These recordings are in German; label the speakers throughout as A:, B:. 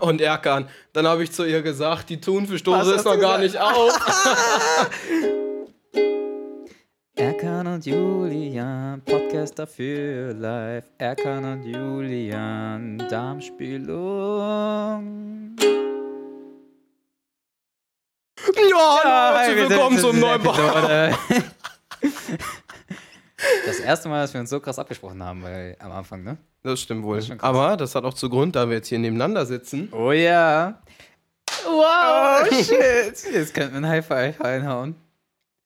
A: und Erkan. Dann habe ich zu ihr gesagt, die Thunfischdose
B: Was
A: ist
B: hast
A: noch
B: du
A: gar
B: gesagt?
A: nicht auf.
B: Erkan und Julian, Podcaster für live. Erkan und Julian, Darmspülung.
A: ja, herzlich willkommen zum Neubau.
B: Neubau. Das erste Mal, dass wir uns so krass abgesprochen haben weil, am Anfang, ne?
A: Das stimmt wohl.
B: schon krass.
A: Aber das hat auch zu Grund, da wir jetzt hier nebeneinander sitzen.
B: Oh ja. Wow, shit. Jetzt könnten wir einen High-Five reinhauen.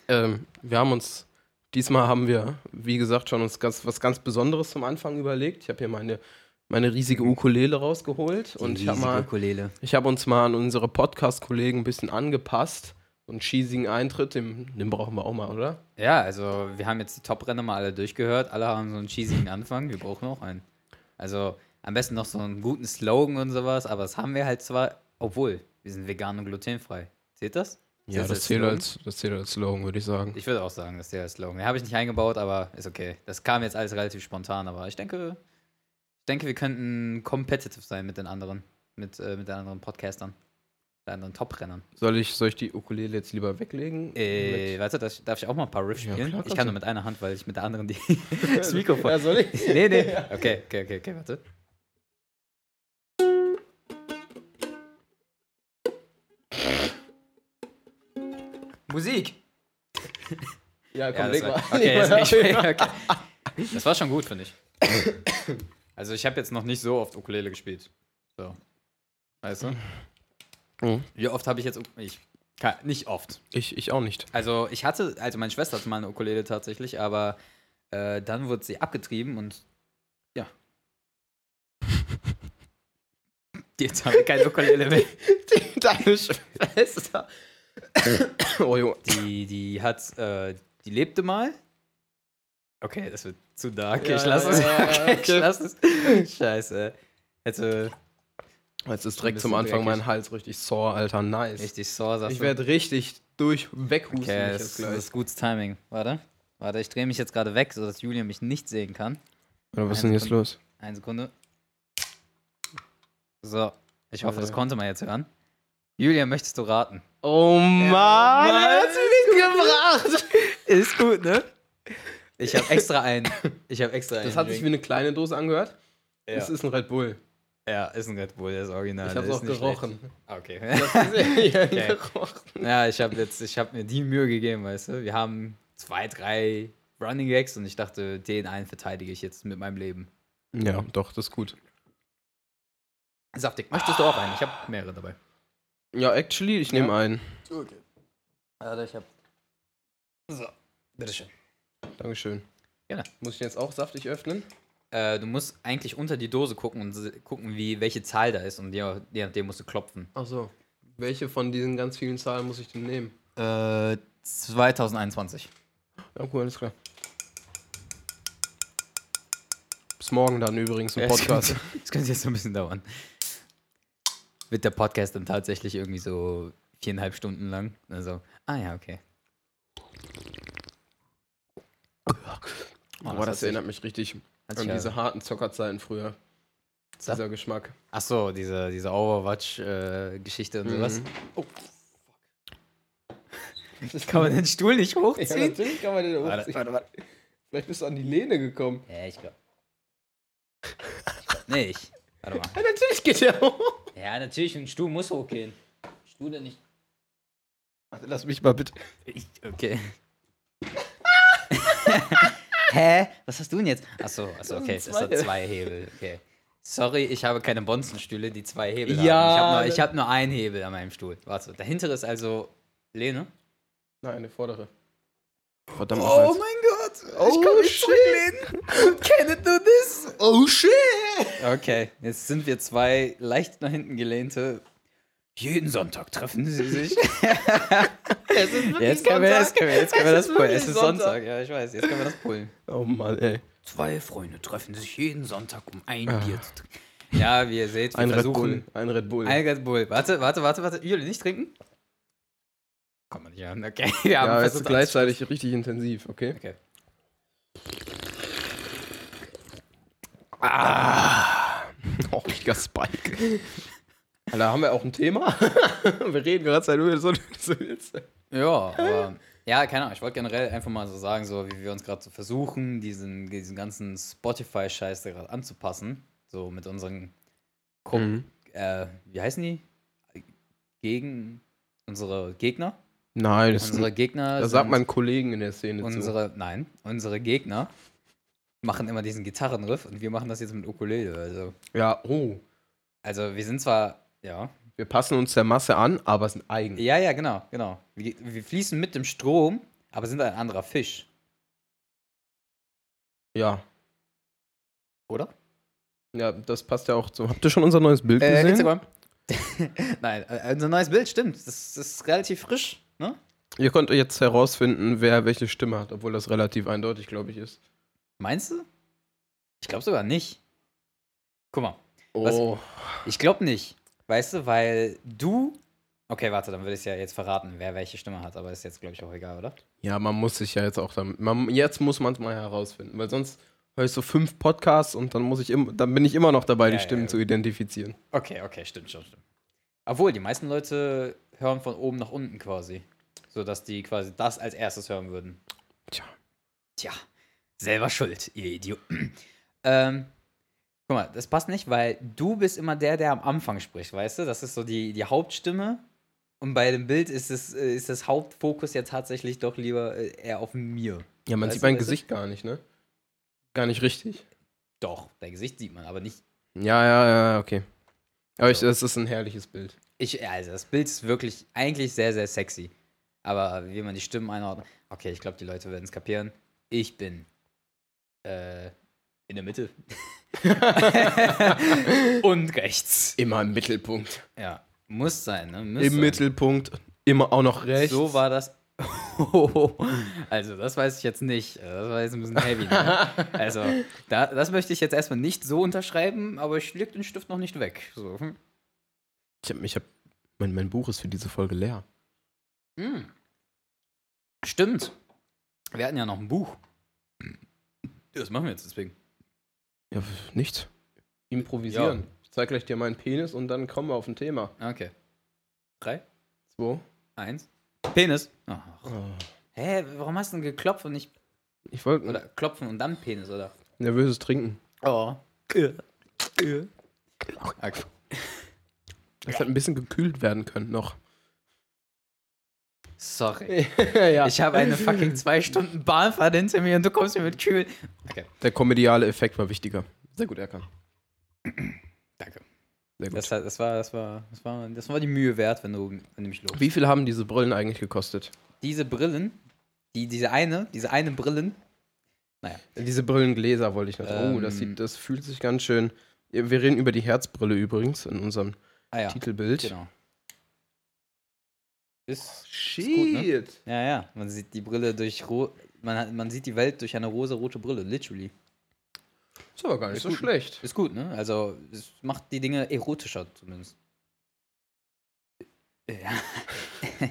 A: Ähm, wir haben uns, diesmal haben wir, wie gesagt, schon uns ganz, was ganz Besonderes zum Anfang überlegt. Ich habe hier meine, meine riesige Ukulele rausgeholt und ich habe mal
B: Ukulele.
A: Ich habe uns mal an unsere Podcast-Kollegen ein bisschen angepasst. So einen cheesigen Eintritt, den, den brauchen wir auch mal, oder?
B: Ja, also wir haben jetzt die Top-Rennen mal alle durchgehört. Alle haben so einen cheesigen Anfang. Wir brauchen auch einen. Also am besten noch so einen guten Slogan und sowas. Aber das haben wir halt zwar, obwohl wir sind vegan und glutenfrei. Seht das? Ist Slogan?
A: das zählt als Slogan, würde ich sagen.
B: Ich würde auch sagen, das ist der Slogan. Den habe ich nicht eingebaut, aber ist okay. Das kam jetzt alles relativ spontan, aber ich denke, ich denke, wir könnten competitive sein mit den anderen, mit, äh, mit den anderen Podcastern, mit den anderen Top-Rennern.
A: Soll ich, soll ich die Ukulele jetzt lieber weglegen?
B: Äh, weißt du, darf, darf ich auch mal ein paar Riffs
A: Ja,
B: spielen?
A: klar,
B: ich
A: kannst
B: kann
A: du.
B: nur mit einer Hand, weil ich mit der anderen die das
A: Mit,
B: Mikrofon.
A: ja, soll ich?
B: nee, nee. Okay, okay, okay, okay, warte. Musik!
A: Ja, komm,
B: Ja, das
A: leg
B: war,
A: mal.
B: okay, jetzt nicht mehr, okay. Das war schon gut, finde ich. Also ich habe jetzt noch nicht so oft Ukulele gespielt. So. Weißt du?
A: Mhm.
B: Wie oft habe ich jetzt... Uk- Ich, ka- nicht oft.
A: ich, ich auch nicht.
B: Also ich hatte... Also meine Schwester hatte mal eine Ukulele tatsächlich, aber äh, dann wurde sie abgetrieben und... Ja. Jetzt haben wir keine Ukulele mehr.
A: Deine Schwester. oh, Junge.
B: Die, die hat... Äh, die lebte mal. Okay, das wird zu dark.
A: Ja,
B: ich lasse es.
A: ja, ja, ja,
B: okay,
A: okay.
B: Ich lasse es. Scheiße. äh, Hätte...
A: Jetzt ist
B: Ein
A: direkt zum
B: bisschen
A: Anfang
B: dreckig.
A: mein Hals richtig sore, Alter. Nice.
B: Richtig Saw, sagst
A: Ich
B: du?
A: werde richtig durch weghusten.
B: Okay,
A: ich jetzt
B: das, ist- das
A: gleich.
B: ist gutes Timing. Warte. Warte, ich drehe mich jetzt gerade weg, sodass Julian mich nicht sehen kann.
A: Oder was
B: ist denn jetzt
A: los?
B: Eine Sekunde. So. Ich hoffe, das
A: Also-
B: konnte man jetzt hören. Julian, möchtest du raten?
A: Oh Mann,
B: Mann,
A: er hat's mir nicht gebracht.
B: Ist gut, ne? Ich habe extra einen. Ich habe extra einen.
A: Das hat sich wie
B: Drink.
A: eine kleine Dose angehört.
B: Ja.
A: Es ist ein Red Bull.
B: ja, ist ein Red Bull, der ist original.
A: Ich
B: der
A: hab's
B: ist
A: auch
B: nicht
A: gerochen.
B: schlecht. Okay.
A: Das ist ja
B: Okay.
A: gerochen.
B: Ja, ich habe jetzt, ich habe mir die Mühe gegeben, weißt du. Wir haben zwei, drei Running Gags und ich dachte, den einen verteidige ich jetzt mit meinem Leben.
A: Ja, doch, das ist gut.
B: Saftig, möchtest du auch einen? Ich habe mehrere dabei.
A: Ja, actually, ich nehme einen.
B: Okay. Warte, ich hab. So, bitteschön.
A: Dankeschön.
B: Gerne.
A: Muss ich den jetzt auch saftig öffnen?
B: Äh, du musst eigentlich unter die Dose gucken und se- gucken, wie, welche Zahl da ist und je je nachdem musst du klopfen.
A: Achso. Welche von diesen ganz vielen Zahlen muss ich denn nehmen?
B: Äh, 2021.
A: Ja, cool, alles klar. Bis morgen dann übrigens im Podcast.
B: Das könnte, das könnte jetzt so ein bisschen dauern. Wird der Podcast dann tatsächlich irgendwie so viereinhalb Stunden lang? Also, ah ja, okay. Oh,
A: Boah,
B: hat
A: das
B: sich-
A: erinnert mich richtig
B: hat sich
A: an
B: ja-
A: diese harten Zockerzeiten früher.
B: Sag-
A: Dieser Geschmack.
B: Ach so, diese, diese Overwatch-Geschichte und sowas.
A: Mhm.
B: Kann man den Stuhl nicht
A: Ja,
B: hochziehen?
A: natürlich kann man den
B: Warte,
A: hochziehen. Vielleicht bist du an die Lehne gekommen.
B: Ja, ich glaube. Nee, ich. Warte mal.
A: Ja, natürlich geht der hoch.
B: Ja, natürlich, ein Stuhl muss hochgehen. Stuhl denn nicht.
A: Warte, lass mich mal bitte.
B: Ich, okay. Hä? Was hast du denn jetzt? Achso, achso, okay,
A: sind
B: das sind
A: zwei.
B: zwei Hebel. Okay. Sorry, ich habe keine Bonzenstühle, die zwei Hebel
A: Ja,
B: haben.
A: ne-
B: Ich habe nur, ich hab nur einen Hebel an meinem Stuhl. Warte, der hintere ist also Lehne.
A: Nein, der vordere. Oh Verdammt,
B: mein Gott!
A: Oh, shit.
B: Can't do this!
A: Oh shit!
B: Okay, jetzt sind wir zwei leicht nach hinten gelehnte. Jeden Sonntag treffen sie sich.
A: Es ist wirklich
B: jetzt, können wir, jetzt,
A: Sonntag.
B: können wir, jetzt können wir
A: Es
B: das
A: ist
B: pullen.
A: wirklich
B: Es ist Sonntag, ja, ich weiß. Jetzt können wir das pullen.
A: Oh Mann, ey.
B: Zwei Freunde treffen sich jeden Sonntag, um ein Bier zu trinken. Ja, wie ihr seht, wir
A: Ein Red
B: versuchen.
A: Bull. Ein Red Bull.
B: Ein Red Bull. Warte, warte, warte, warte. Jule, nicht trinken? Kann man nicht hören. Okay, wir haben
A: ja, jetzt
B: versucht,
A: ist gleichzeitig richtig intensiv, okay?
B: Okay. Ah.
A: Oh, richtiger Spike. Da haben wir auch ein Thema. wir reden gerade seit über so so Witze.
B: Ja, aber, ja, keine Ahnung. Ich wollte generell einfach mal so sagen, so wie wir uns gerade so versuchen, diesen, diesen ganzen Spotify-Scheiß da gerade anzupassen. So mit unseren, Ko-
A: Mhm.
B: äh, wie heißen die? Gegen unsere Gegner.
A: Nein, das,
B: Unsere Gegner.
A: da sagt man Kollegen in der Szene zu.
B: unsere, nein, unsere Gegner machen immer diesen Gitarrenriff und wir machen das jetzt mit Ukulele. Also,
A: Ja, oh.
B: also wir sind zwar, ja,
A: Wir passen uns der Masse an, aber sind eigen.
B: ja, ja, genau, genau. Wir, wir fließen mit dem Strom, aber sind ein anderer Fisch,
A: Ja.
B: oder?
A: Ja, das passt ja auch zu. Habt ihr schon unser neues Bild gesehen?
B: Äh, Nein, äh, unser neues Bild stimmt. Das, das ist relativ frisch, ne?
A: Ihr könnt jetzt herausfinden, wer welche Stimme hat, obwohl das relativ eindeutig, glaube ich, ist.
B: Meinst du? Ich glaube sogar nicht. Guck mal, Oh. ich glaube nicht. Weißt du, weil du. Okay, warte, dann würde ich es ja jetzt verraten, wer welche Stimme hat, aber ist jetzt, glaube ich, auch egal, oder?
A: Ja, man muss sich ja jetzt auch damit. Man, jetzt muss man es mal herausfinden, weil sonst höre ich so fünf Podcasts und dann muss ich im, dann bin ich immer noch dabei,
B: Ja,
A: die
B: ja,
A: Stimmen
B: ja.
A: zu identifizieren.
B: Okay, okay, stimmt, stimmt, stimmt. Obwohl, die meisten Leute hören von oben nach unten quasi. So dass die quasi das als erstes hören würden.
A: Tja.
B: Tja, selber schuld, ihr Idioten. ähm, guck mal, das passt nicht, weil du bist immer der, der am Anfang spricht, weißt du? Das ist so die, die Hauptstimme. Und bei dem Bild ist, es, äh, ist das Hauptfokus ja tatsächlich doch lieber äh, eher auf mir.
A: Ja, man
B: Weißt
A: sieht
B: du,
A: mein
B: weißt du?
A: Gesicht gar nicht, ne? Gar nicht richtig.
B: Doch, dein Gesicht sieht man, aber nicht
A: Ja, ja, ja, okay. Aber ich,
B: So.
A: das ist ein herrliches Bild.
B: Ich, also das Bild ist wirklich eigentlich sehr, sehr sexy. Aber wie man die Stimmen einordnet. Okay, ich glaube, die Leute werden es kapieren. Ich bin äh, in der Mitte. Und rechts.
A: Immer im Mittelpunkt.
B: Ja. Muss sein, ne? Muss
A: Im
B: sein.
A: Mittelpunkt, immer auch noch rechts.
B: So war das. also, das weiß ich jetzt nicht. Also, Das war jetzt ein bisschen heavy. Ne? Also, da, das möchte ich jetzt erstmal nicht so unterschreiben, aber ich leg den Stift noch nicht weg. So. hm.
A: Ich hab, ich hab, mein, mein Buch ist für diese Folge leer.
B: Hm. Stimmt. Wir hatten ja noch ein Buch. Das machen wir jetzt deswegen.
A: Ja, pf, nichts. Improvisieren.
B: Ja.
A: Ich zeig gleich dir meinen Penis und dann kommen wir auf ein Thema.
B: Okay. Drei,
A: So.
B: eins. Penis. Ach.
A: Oh.
B: Hä, warum hast du denn geklopft und nicht.
A: Ich wollte
B: Oder klopfen und dann Penis, oder?
A: nervöses Trinken.
B: Oh.
A: Das hat ein bisschen gekühlt werden können noch.
B: Sorry.
A: ja.
B: Ich habe eine fucking zwei Stunden Bahnfahrt hinter mir und du kommst mir mit kühl. Okay,
A: Der komediale Effekt war wichtiger. Sehr gut erkannt.
B: danke.
A: Sehr gut.
B: Das, hat- das, war, das, war, das, war, das war die Mühe wert, wenn du, wenn du mich lobst.
A: Wie viel haben diese Brillen eigentlich gekostet?
B: Diese Brillen, die, diese eine, diese eine Brillen,
A: Diese Brillengläser wollte ich noch. oh, das,
B: Ähm.
A: sieht, das fühlt sich ganz schön. Wir reden über die Herzbrille übrigens in unserem
B: Ah ja,
A: Titelbild.
B: genau. Ist,
A: Shit.
B: gut, ne? ja, ja, man sieht die Brille durch, ro man, hat, man sieht die Welt durch eine rosa-rote Brille, literally.
A: Ist aber gar nicht
B: Ist
A: so
B: gut.
A: schlecht.
B: Ist gut, ne? Also, es macht die Dinge erotischer zumindest. Ja.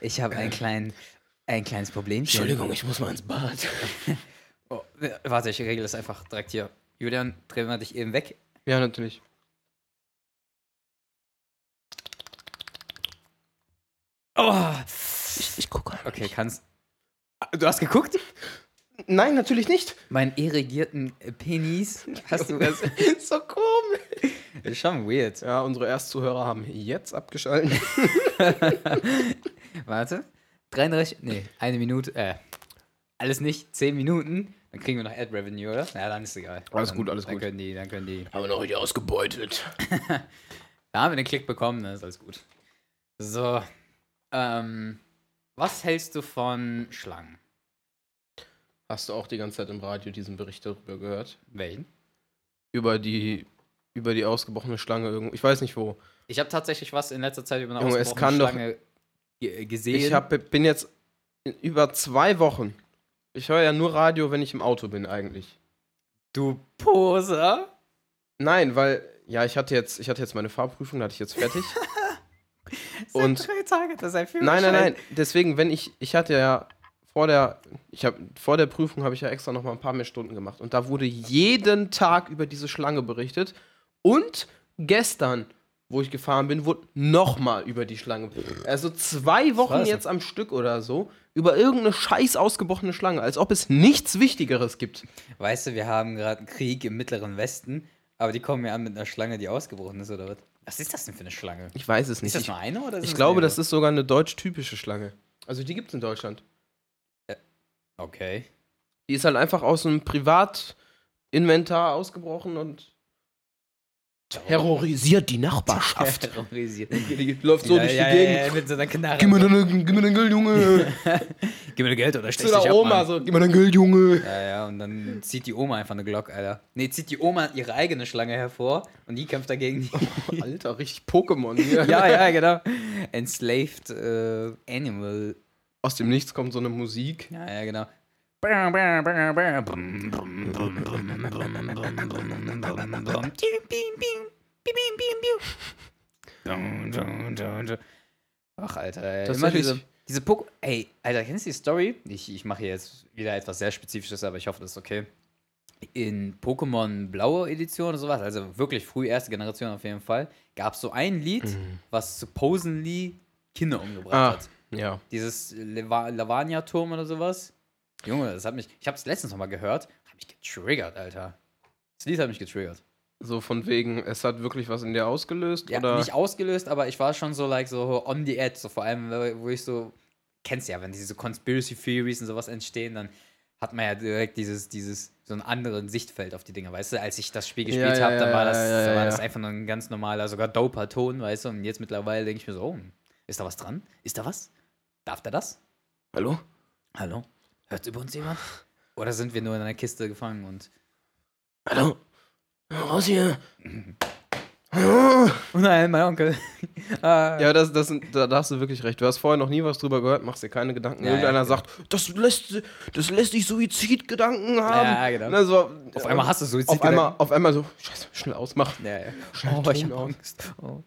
B: ich habe einen kleinen, ein kleines Problem.
A: ich muss mal ins Bad.
B: Oh, warte, ich regle das einfach direkt hier. Julian, drehen wir dich eben weg.
A: Ja, natürlich.
B: Oh,
A: Ich gucke.
B: okay, kannst. Ah, Du hast geguckt?
A: Nein, natürlich nicht.
B: Meinen irrigierten Penis. Hast du
A: Das ist so komisch.
B: Das ist schon weird.
A: Ja, unsere Erstzuhörer haben jetzt abgeschaltet.
B: Warte. 33, nee, eine Minute, äh, alles nicht, 10 Minuten, dann kriegen wir noch Ad Revenue, oder? Ja, dann ist egal.
A: Alles
B: dann,
A: gut, alles
B: dann
A: gut.
B: Können die, dann können die.
A: Haben wir noch richtig ausgebeutet.
B: Da haben wir den Klick bekommen, ne? ist alles gut. So, ähm, was hältst du von Schlangen?
A: Hast du auch die ganze Zeit im Radio diesen Bericht darüber gehört?
B: Welchen?
A: Über die, über die ausgebrochene Schlange irgendwo. Ich weiß nicht wo.
B: Ich habe tatsächlich was in letzter Zeit über eine
A: Junge, es kann
B: ausgebrochene
A: doch-
B: Schlange ge- gesehen.
A: Ich hab, bin jetzt in über zwei Wochen. Ich höre ja nur Radio, wenn ich im Auto bin, eigentlich.
B: du Poser.
A: Nein, weil, ja, ich hatte jetzt, ich hatte jetzt meine Fahrprüfung, da hatte ich jetzt fertig. Und-
B: Seit drei Tage, das ist ein
A: Nein, nein,
B: Führerschein.
A: nein. Deswegen, wenn ich, ich hatte ja vor der, ich hab, vor der Prüfung habe ich ja extra noch mal ein paar mehr Stunden gemacht und da wurde jeden Tag über diese Schlange berichtet und gestern wo ich gefahren bin, wurde nochmal über die Schlange. Also zwei Wochen
B: das?
A: jetzt am Stück oder so über irgendeine scheiß ausgebrochene Schlange, als ob es nichts Wichtigeres gibt.
B: Weißt du, wir haben gerade einen Krieg im Mittleren Westen, aber die kommen mir an mit einer Schlange, die ausgebrochen ist, oder was? Was ist das denn für eine Schlange?
A: Ich weiß es nicht.
B: Ist das
A: Ich,
B: nur eine oder
A: ich glaube, das ist sogar eine deutsch-typische Schlange. Also die gibt es in Deutschland.
B: Okay.
A: Die ist halt einfach aus einem Privatinventar ausgebrochen und terrorisiert die Nachbarschaft.
B: Terrorisiert.
A: Die läuft so
B: ja,
A: durch die
B: ja,
A: Gegeld.
B: Ja, ja, mit so einer Knarre.
A: Gib mir dein gib mir dein Geld, Junge.
B: Gib mir Geld oder
A: Zu
B: stech dich
A: der
B: ab,
A: Oma
B: Mann.
A: so, gib mir dein Geld, Junge.
B: Ja, ja, und dann zieht die Oma einfach eine Glock, Alter. Nee, zieht die Oma ihre eigene Schlange hervor und die kämpft dagegen. Die
A: Alter, richtig Pokémon hier.
B: ja, ja, genau. Enslaved äh, Animal.
A: Aus dem Nichts kommt so eine Musik.
B: Ja, ja, genau. Ach, Alter, ey.
A: Das
B: Immer
A: ist
B: diese,
A: wirklich-
B: diese Pok Ey, Alter, kennst du die Story? Ich, ich mache hier jetzt wieder etwas sehr Spezifisches, aber ich hoffe, das ist okay. In Pokémon Blaue Edition oder sowas, also wirklich früh, erste Generation auf jeden Fall, gab es so ein Lied, was supposedly Kinder umgebracht
A: Mhm. Ah,
B: hat.
A: ja.
B: Dieses Leva- Lavagna-Turm oder sowas. Junge, das hat mich. Ich hab's letztens nochmal gehört. Hat mich getriggert, Alter. Das Lied hat mich getriggert.
A: So von wegen, es hat wirklich was in dir ausgelöst?
B: Ja,
A: oder?
B: nicht ausgelöst, aber ich war schon so, like, so on the edge. So vor allem, äh, wo- wo ich so. Kennst ja, wenn diese Conspiracy Theories und sowas entstehen, dann hat man ja direkt dieses, dieses, so einen anderen Sichtfeld auf die Dinge, weißt du? Als ich das Spiel gespielt
A: ja,
B: habe, dann
A: ja,
B: war, das,
A: ja, ja,
B: dann war
A: ja.
B: das einfach nur ein ganz normaler, sogar doper Ton, weißt du? Und jetzt mittlerweile denke ich mir so, oh, ist da was dran? Ist da was? Darf der das?
A: Hallo?
B: Hallo? Hört über uns jemand? Oder sind wir nur in einer Kiste gefangen und.
A: Hallo? Raus hier!
B: Oh nein, mein Onkel. ah.
A: Ja, das, das sind, da, da hast du wirklich recht. Du hast vorher noch nie was drüber gehört, machst dir keine Gedanken.
B: Ja,
A: Irgendeiner
B: ja, genau.
A: sagt, das lässt, das lässt dich Suizidgedanken haben.
B: Ja, genau.
A: Und dann so, äh,
B: Auf einmal hast du Suizid.
A: auf einmal, auf einmal so, scheiße, schnell ausmachen.
B: Ja, ja.
A: Schnell
B: Oh, ich
A: Ton
B: hab
A: aus.
B: Angst. Oh.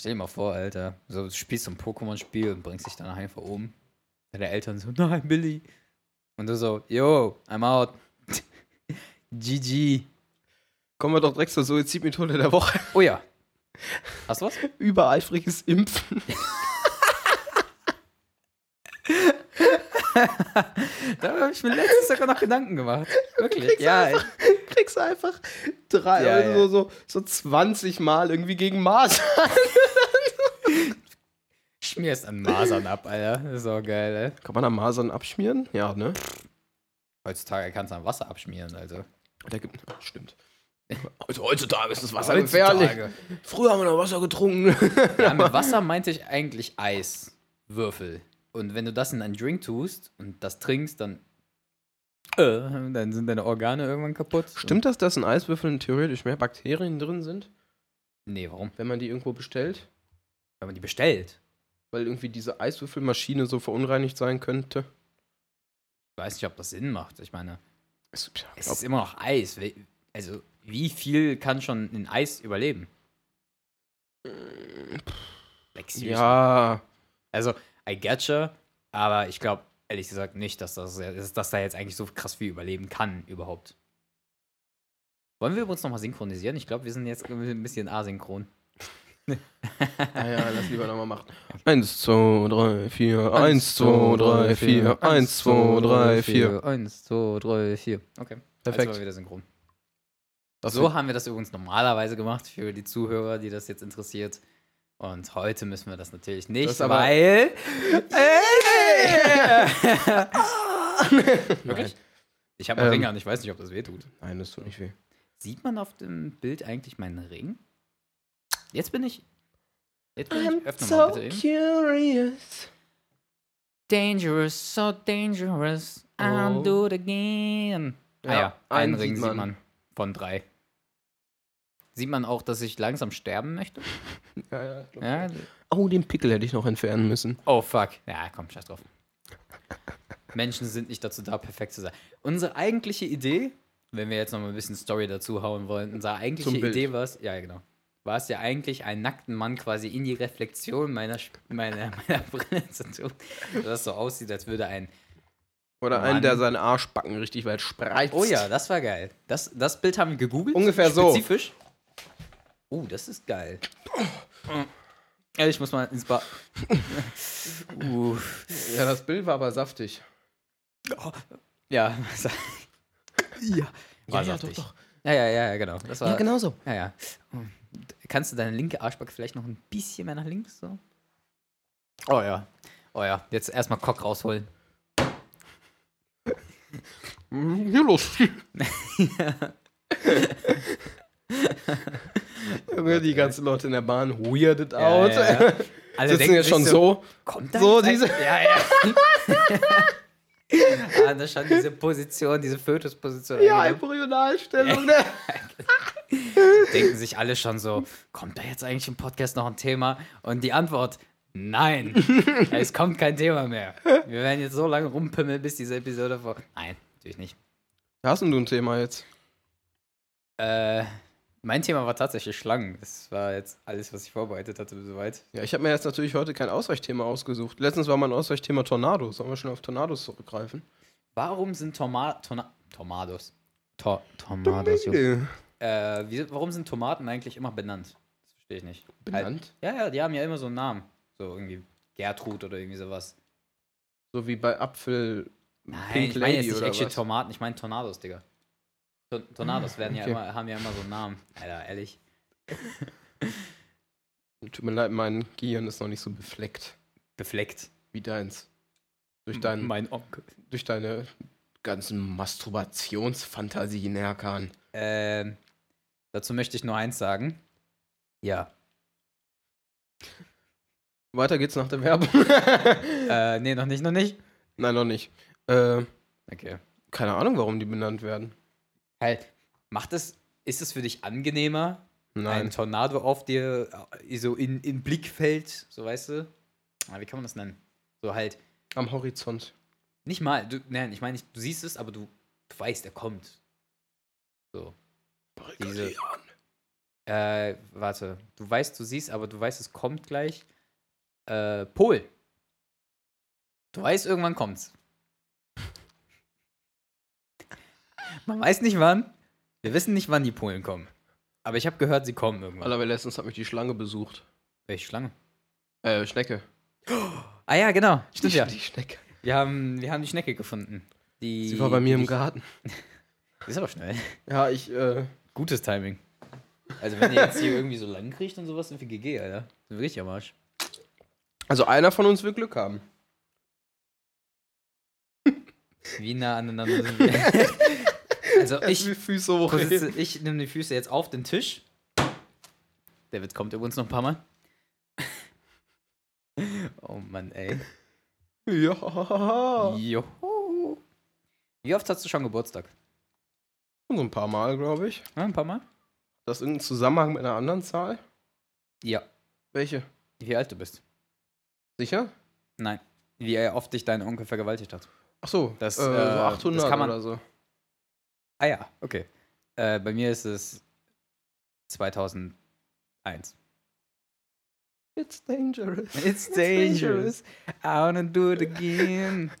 B: Stell dir mal vor, Alter. So, du spielst so ein Pokémon-Spiel und bringst dich dann einfach um. Deine Eltern so, nein, Billy. Und du so, yo, I'm out. GG.
A: Kommen wir doch direkt zur Suizidmethode der Woche.
B: Oh ja. Hast du was?
A: Übereifriges Impfen.
B: Da habe ich mir letztens sogar noch Gedanken gemacht. Wirklich? Ja, ich,
A: Kriegst einfach drei,
B: Ja, ja.
A: So, so, so 20 Mal irgendwie gegen Mars.
B: schmierst an Masern ab, Alter. Das ist auch geil, ey.
A: Kann man am Masern abschmieren? Ja, ne?
B: Heutzutage kannst du am Wasser abschmieren, also.
A: Da gibt, stimmt. Also heutzutage ist das Wasser
B: Heutzutage.
A: gefährlich. Früher haben wir noch Wasser getrunken.
B: Ja, mit Wasser meinte ich eigentlich Eiswürfel. Und wenn du das in einen Drink tust und das trinkst, dann. Äh, dann sind deine Organe irgendwann kaputt.
A: Stimmt das, dass in Eiswürfeln theoretisch mehr Bakterien drin sind,
B: Und, nee, warum?
A: wenn man die irgendwo bestellt?
B: Wenn man die bestellt.
A: Weil irgendwie diese Eiswürfelmaschine so verunreinigt sein könnte.
B: Ich weiß nicht, ob das Sinn macht. Ich meine,
A: Es, ja,
B: es
A: glaub-
B: ist immer noch Eis. We- Also, wie viel kann schon in Eis überleben? Like, seriously.
A: Hm, ja,
B: Also, I getcha, aber ich glaube ehrlich gesagt nicht, dass, das, dass dass da jetzt eigentlich so krass viel überleben kann überhaupt. Wollen wir uns nochmal synchronisieren? Ich glaube, wir sind jetzt ein bisschen asynchron.
A: naja, lass lieber nochmal machen. 1, 2, 3, 4, 1, 2, 3, 4, 1, 2, 3, 4.
B: 1, 2, 3, 4. Okay. Perfekt. Jetzt
A: Perfekt.
B: wieder synchron.
A: Das
B: So haben wir das übrigens normalerweise gemacht für die Zuhörer, die das jetzt interessiert. Und heute müssen wir das natürlich nicht,
A: Das aber-
B: weil. Wirklich? Ich habe einen
A: Ähm.
B: Ring an, ich weiß nicht, ob das wehtut.
A: Nein, das tut nicht weh.
B: Sieht man auf dem Bild eigentlich meinen Ring? Jetzt bin ich. Jetzt bin ich. Öffne mal bitte eben.
A: curious.
B: Dangerous, so dangerous.
A: Oh.
B: I'll do it again.
A: Ja,
B: ah ja, einen
A: einen
B: Ring
A: sieht
B: sieht
A: man.
B: man. Von drei. Sieht man auch, dass ich langsam sterben möchte?
A: Ja, ja, ich glaub-
B: Ja.
A: Oh, den Pickel hätte ich noch entfernen müssen.
B: Oh fuck. Ja, komm, scheiß drauf. Menschen sind nicht dazu da, perfekt zu sein. Unsere eigentliche Idee, wenn wir jetzt noch mal ein bisschen Story dazu hauen wollen, unsere eigentliche
A: Zum Bild.
B: Idee war es, ja genau, war es ja eigentlich, einen nackten Mann quasi in die Reflexion meiner, Sch- meiner, meiner Brille zu tun, dass es so aussieht, als würde ein
A: Oder
B: Mann.
A: einen, der seinen Arschbacken richtig weit spreizt.
B: Oh ja, das war geil. Das, das Bild haben wir gegoogelt.
A: Ungefähr so.
B: Spezifisch. Uh, das ist geil. Ja, ich muss mal ins Bad. uh.
A: Ja, das Bild war aber saftig.
B: Ja. ja. War saftig. Ja, ja, ja, ja, genau. Das war, ja,
A: genau so.
B: ja, Oh. Kannst du deine linke Arschbacke vielleicht noch ein bisschen mehr nach links? So? Oh ja. Oh ja. Jetzt erstmal Cock rausholen.
A: Hier los. Junge, die ganzen Leute in der Bahn weirded out.
B: ja, ja. Alle
A: Sitzen
B: denken
A: ja
B: sich
A: schon so.
B: Kommt da
A: So,
B: jetzt ein-
A: diese-
B: Ja, ja. ah, das ist schon diese Position, diese Fötusposition.
A: Ja,
B: eingenommen.
A: Embryonalstellung, ne?
B: denken sich alle schon so, kommt da jetzt eigentlich im Podcast noch ein Thema? Und die Antwort, nein, es kommt kein Thema mehr. Wir werden jetzt so lange rumpimmeln, bis diese Episode vor... Nein, natürlich nicht.
A: Hast denn du ein Thema jetzt?
B: Äh, mein Thema war tatsächlich Schlangen. Das war jetzt alles, was ich vorbereitet hatte, soweit.
A: Ja, ich habe mir jetzt natürlich heute kein Ausweichthema ausgesucht. Letztens war mein Ausweichthema Tornados. Sollen wir schon auf Tornados zurückgreifen?
B: Warum sind Toma Tona Tomados? To Tomados, Junge. Äh, wieso- warum sind Tomaten eigentlich immer benannt? Das verstehe ich nicht.
A: Benannt?
B: Halt, ja, ja, die haben ja immer so einen Namen. So irgendwie Gertrud oder irgendwie sowas.
A: So wie bei Apfel
B: Nein,
A: Pink
B: ich meine jetzt
A: Lady
B: nicht
A: oder
B: actually
A: was?
B: Tomaten, ich meine Tornados, Digga. Tor- Tornados werden ja
A: okay.
B: immer, haben ja immer so einen Namen. Alter, ehrlich.
A: Tut mir leid, mein Gehirn ist noch nicht so befleckt
B: Befleckt.
A: wie deins. Durch, dein,
B: Mein Onkel.
A: durch deine ganzen Masturbationsfantasien, Erkan.
B: Ähm, dazu möchte ich nur eins sagen. Ja.
A: Weiter geht's nach der Werbung.
B: Äh, nee, noch nicht, noch nicht.
A: Nein, noch nicht. Äh,
B: Okay.
A: keine Ahnung, warum die benannt werden.
B: Halt, macht es, ist es für dich angenehmer, ein
A: Nein.
B: Tornado auf dir äh, so in, in Blickfeld, so weißt du? Ah, wie kann man das nennen? So halt,
A: Am Horizont.
B: nicht mal, du, nein, ich meine, nicht, du siehst es, aber du, du weißt, er kommt. So, Diese- äh, warte, du weißt, du siehst, aber du weißt, es kommt gleich. Äh, Pol. Du weißt, irgendwann kommt's. Man weiß nicht wann. Wir wissen nicht, wann die Polen kommen. Aber ich habe gehört, sie kommen irgendwann.
A: Alter, weil letztens hat mich die Schlange besucht.
B: Welche Schlange?
A: Äh, Schnecke.
B: Ah ja, genau. Stimmt
A: die,
B: ja.
A: die Schnecke.
B: Wir haben, wir haben die Schnecke gefunden. Die,
A: Sie war bei mir
B: die-
A: im Garten.
B: Ist aber schnell.
A: Ja, ich, äh,
B: Gutes Timing. Also wenn ihr jetzt hier irgendwie so lang kriecht und sowas, sind wir GG, Alter. Sind wir richtig am Arsch.
A: also einer von uns wird Glück haben.
B: Wie nah aneinander sind wir. also
A: Erst
B: ich,
A: die Füße hoch.
B: positze, ich nehme die Füße jetzt auf den Tisch. Der Witz kommt übrigens noch ein paar Mal. oh Mann, ey.
A: Ja.
B: Joho. Wie oft hast du schon Geburtstag?
A: So ein paar Mal, glaube ich.
B: Ja, ein paar Mal?
A: Das irgendeinen Zusammenhang mit einer anderen Zahl?
B: Ja.
A: Welche?
B: Wie alt du bist?
A: Sicher?
B: Nein. Wie oft dich dein Onkel vergewaltigt hat?
A: Ach so,
B: Das,
A: äh,
B: äh,
A: so 800
B: das kann man-
A: oder so.
B: Ah ja, okay. Äh, bei mir ist es 2001.
A: It's dangerous.
B: It's
A: dangerous.
B: I wanna do it again.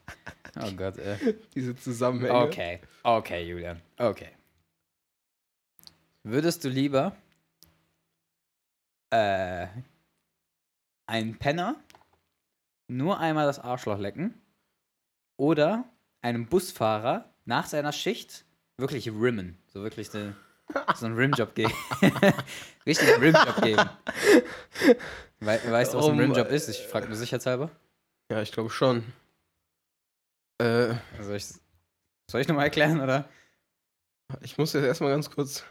B: Oh Gott, ey.
A: Diese Zusammenhänge.
B: Okay, okay, Julian. Okay. Würdest du lieber äh, einen Penner nur einmal das Arschloch lecken oder einem Busfahrer nach seiner Schicht wirklich rimmen? So wirklich ne- so einen Rimjob geben. Richtig einen Rimjob geben. Wei- weißt du, was ein
A: Um,
B: Rimjob ist? Ich frage nur sicherheitshalber.
A: Ja, ich glaube schon. Äh,
B: Soll Also ich, soll ich nochmal erklären, oder?
A: ich muss jetzt erstmal ganz kurz.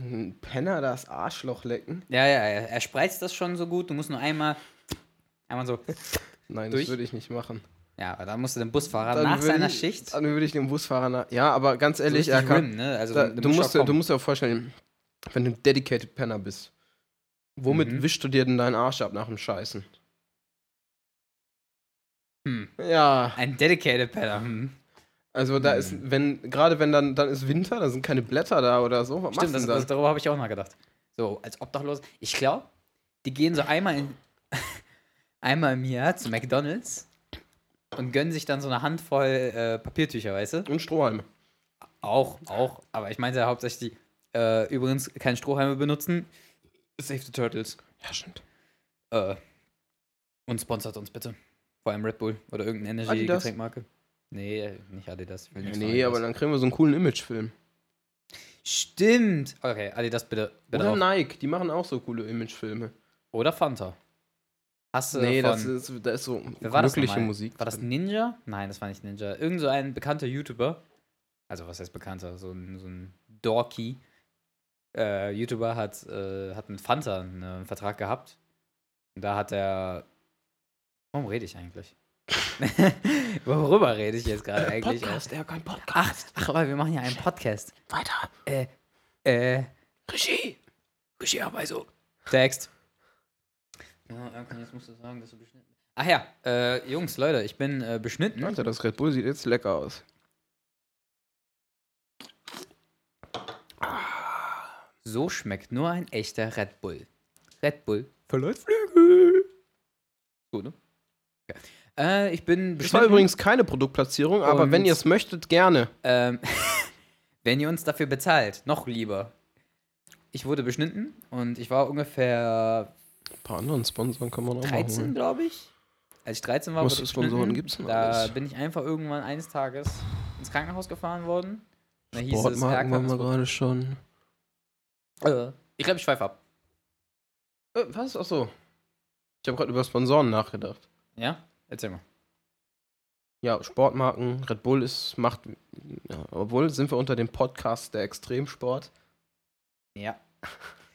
A: Ein Penner das Arschloch lecken?
B: Ja, ja, er, er spreizt das schon so gut. Du musst nur einmal, einmal so.
A: Nein,
B: Durch.
A: das würde ich nicht machen.
B: Ja, aber dann musst du den Busfahrer
A: Dann
B: nach
A: würd
B: seiner
A: ich,
B: Schicht.
A: Dann würde ich dem Busfahrer nach. Ja, aber ganz
B: so
A: ehrlich,
B: richtig
A: er kann.
B: rimmen, ne? Also,
A: Da,
B: der
A: du,
B: muss
A: musst,
B: schon
A: dir- du
B: kommen.
A: musst dir auch vorstellen, wenn du ein dedicated Penner bist, womit
B: Mhm.
A: wischst du dir denn deinen Arsch ab nach dem Scheißen?
B: Hm.
A: Ja,
B: Ein dedicated Pedal. Hm.
A: also da
B: Mhm.
A: ist, wenn, gerade wenn dann, dann ist Winter, da sind keine Blätter da oder so, was
B: Stimmt, das,
A: machst
B: das,
A: du denn
B: darüber habe ich auch nachgedacht. So, als Obdachlos. Ich glaube, die gehen so einmal, in, einmal im Jahr zu McDonalds und gönnen sich dann so eine Handvoll äh, Papiertücher, weißt du?
A: dann? Und Strohhalme.
B: Auch, auch. Aber ich meinte ja hauptsächlich die Äh, übrigens, keine Strohhalme benutzen. Save the Turtles.
A: Ja, stimmt.
B: Äh, und sponsert uns bitte. Vor allem Red Bull oder irgendeine
A: Adidas?
B: Energy-Getränkmarke. Nee, nicht Adidas. Ich will nichts von
A: nee,
B: Adidas.
A: aber dann kriegen wir so einen coolen Imagefilm.
B: Stimmt. Okay, Adidas bitte. bitte
A: Oder
B: auf.
A: Nike, die machen auch so coole Imagefilme.
B: Oder Fanta. Hast du
A: Nee,
B: von,
A: das ist, da ist so
B: Wer war das
A: glückliche
B: nochmal?
A: Musik.
B: War das
A: drin.
B: Ninja? Nein, das war nicht Ninja. Irgend so ein bekannter YouTuber. Also was heißt bekannter? So ein, so ein Dorky. Äh, YouTuber hat, äh, hat mit Fanta einen äh, Vertrag gehabt. Und da hat er. Warum rede ich eigentlich? Worüber rede ich jetzt gerade eigentlich?
A: Äh, Podcast, ja, kein Podcast.
B: Ach, ach, aber wir machen ja einen Podcast.
A: Weiter.
B: Äh, äh,
A: Regie. Regieanweisung.
B: Text. Ja, Erkan, jetzt musst du sagen, dass du beschnitten bist. Ach ja, äh, Jungs, Leute, ich bin äh, beschnitten.
A: Alter, das Red Bull sieht jetzt lecker aus.
B: So schmeckt nur ein echter Red Bull. Red Bull.
A: Verleiht Flügel.
B: Gut, ne? Okay. Äh, ich bin
A: Das war übrigens keine Produktplatzierung, aber
B: Und-
A: wenn ihr es möchtet, gerne.
B: Ähm, wenn ihr uns dafür bezahlt, noch lieber. Ich wurde beschnitten und ich war ungefähr
A: Ein paar anderen Sponsoren kann man auch
B: 13,
A: mal
B: glaube ich. Als ich 13 war,
A: Was
B: wurde
A: für
B: ich
A: Sponsoren
B: beschnitten.
A: gibt's denn
B: Da
A: alles?
B: bin ich einfach irgendwann eines Tages ins Krankenhaus gefahren worden. Da
A: holen.
B: hieß es,
A: Sportmarken
B: Erkan
A: waren wir gerade schon.
B: Äh, ich glaube, ich schweife ab.
A: Äh, was? Achso. Ich habe gerade über Sponsoren nachgedacht.
B: Ja? Erzähl mal.
A: Ja, Sportmarken, Red Bull ist, macht, ja, obwohl sind wir unter dem Podcast der Extremsport.
B: Ja.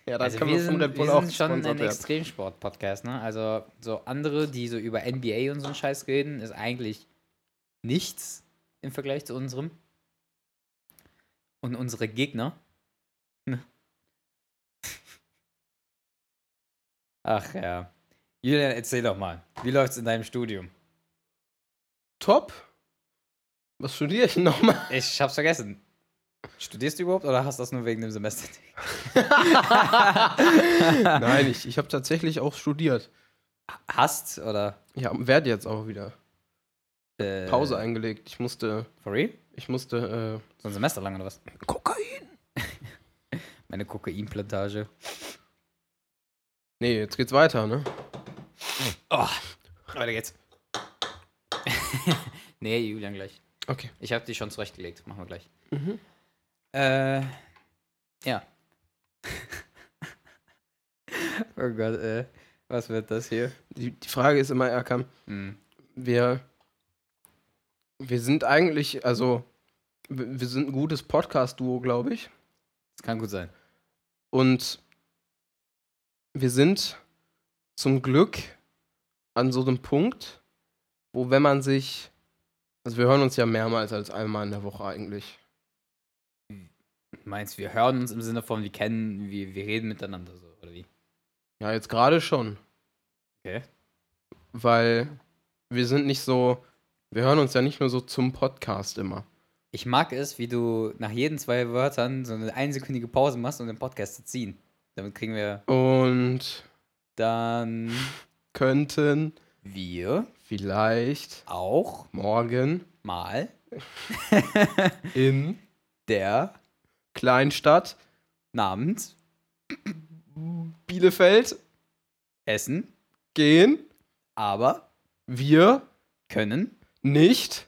A: Ja, da
B: Also
A: können
B: wir
A: wir von
B: sind,
A: Red Bull
B: wir
A: auch
B: sind schon
A: gesponsert
B: ein
A: werden.
B: Extremsport-Podcast, ne? Also so andere, die so über NBA und so einen Scheiß reden, ist eigentlich nichts im Vergleich zu unserem. Und unsere Gegner. ne? Ach ja. Julian, erzähl doch mal. Wie läuft's in deinem Studium?
A: Top. Was studiere ich nochmal?
B: Ich hab's vergessen. Studierst du überhaupt oder hast du das nur wegen dem Semester?
A: Nein, ich, ich habe tatsächlich auch studiert.
B: Hast oder?
A: Ja, werde jetzt auch wieder.
B: äh,
A: Pause eingelegt. Ich musste,
B: For real?
A: ich musste,
B: So ein Semester lang oder was?
A: äh, Kokain.
B: Meine Kokainplantage.
A: Nee, jetzt geht's weiter, ne?
B: Oh, weiter geht's. nee, Julian gleich.
A: Okay.
B: Ich habe die schon zurechtgelegt. Machen wir gleich.
A: Mhm.
B: Äh, ja. oh Gott, äh, was wird das hier?
A: Die, die Frage ist immer, Erkan,
B: Hm.
A: wir, wir sind eigentlich, also, wir, wir sind ein gutes Podcast-Duo, glaube ich.
B: Das kann gut sein.
A: Und wir sind zum Glück an so einem Punkt, wo wenn man sich, also wir hören uns ja mehrmals als einmal in der Woche eigentlich.
B: Meinst du, wir hören uns im Sinne von, wir kennen, wir, wir reden miteinander so, oder wie?
A: Ja, jetzt gerade schon.
B: Okay.
A: Weil wir sind nicht so, wir hören uns ja nicht nur so zum Podcast immer.
B: Ich mag es, wie du nach jeden zwei Wörtern so eine einsekündige Pause machst, um den Podcast zu ziehen. Damit kriegen wir
A: Und
B: dann
A: könnten
B: wir
A: vielleicht
B: auch
A: morgen
B: mal
A: in
B: der
A: Kleinstadt
B: namens
A: Bielefeld
B: Essen,
A: gehen.
B: aber
A: Wir
B: können
A: nicht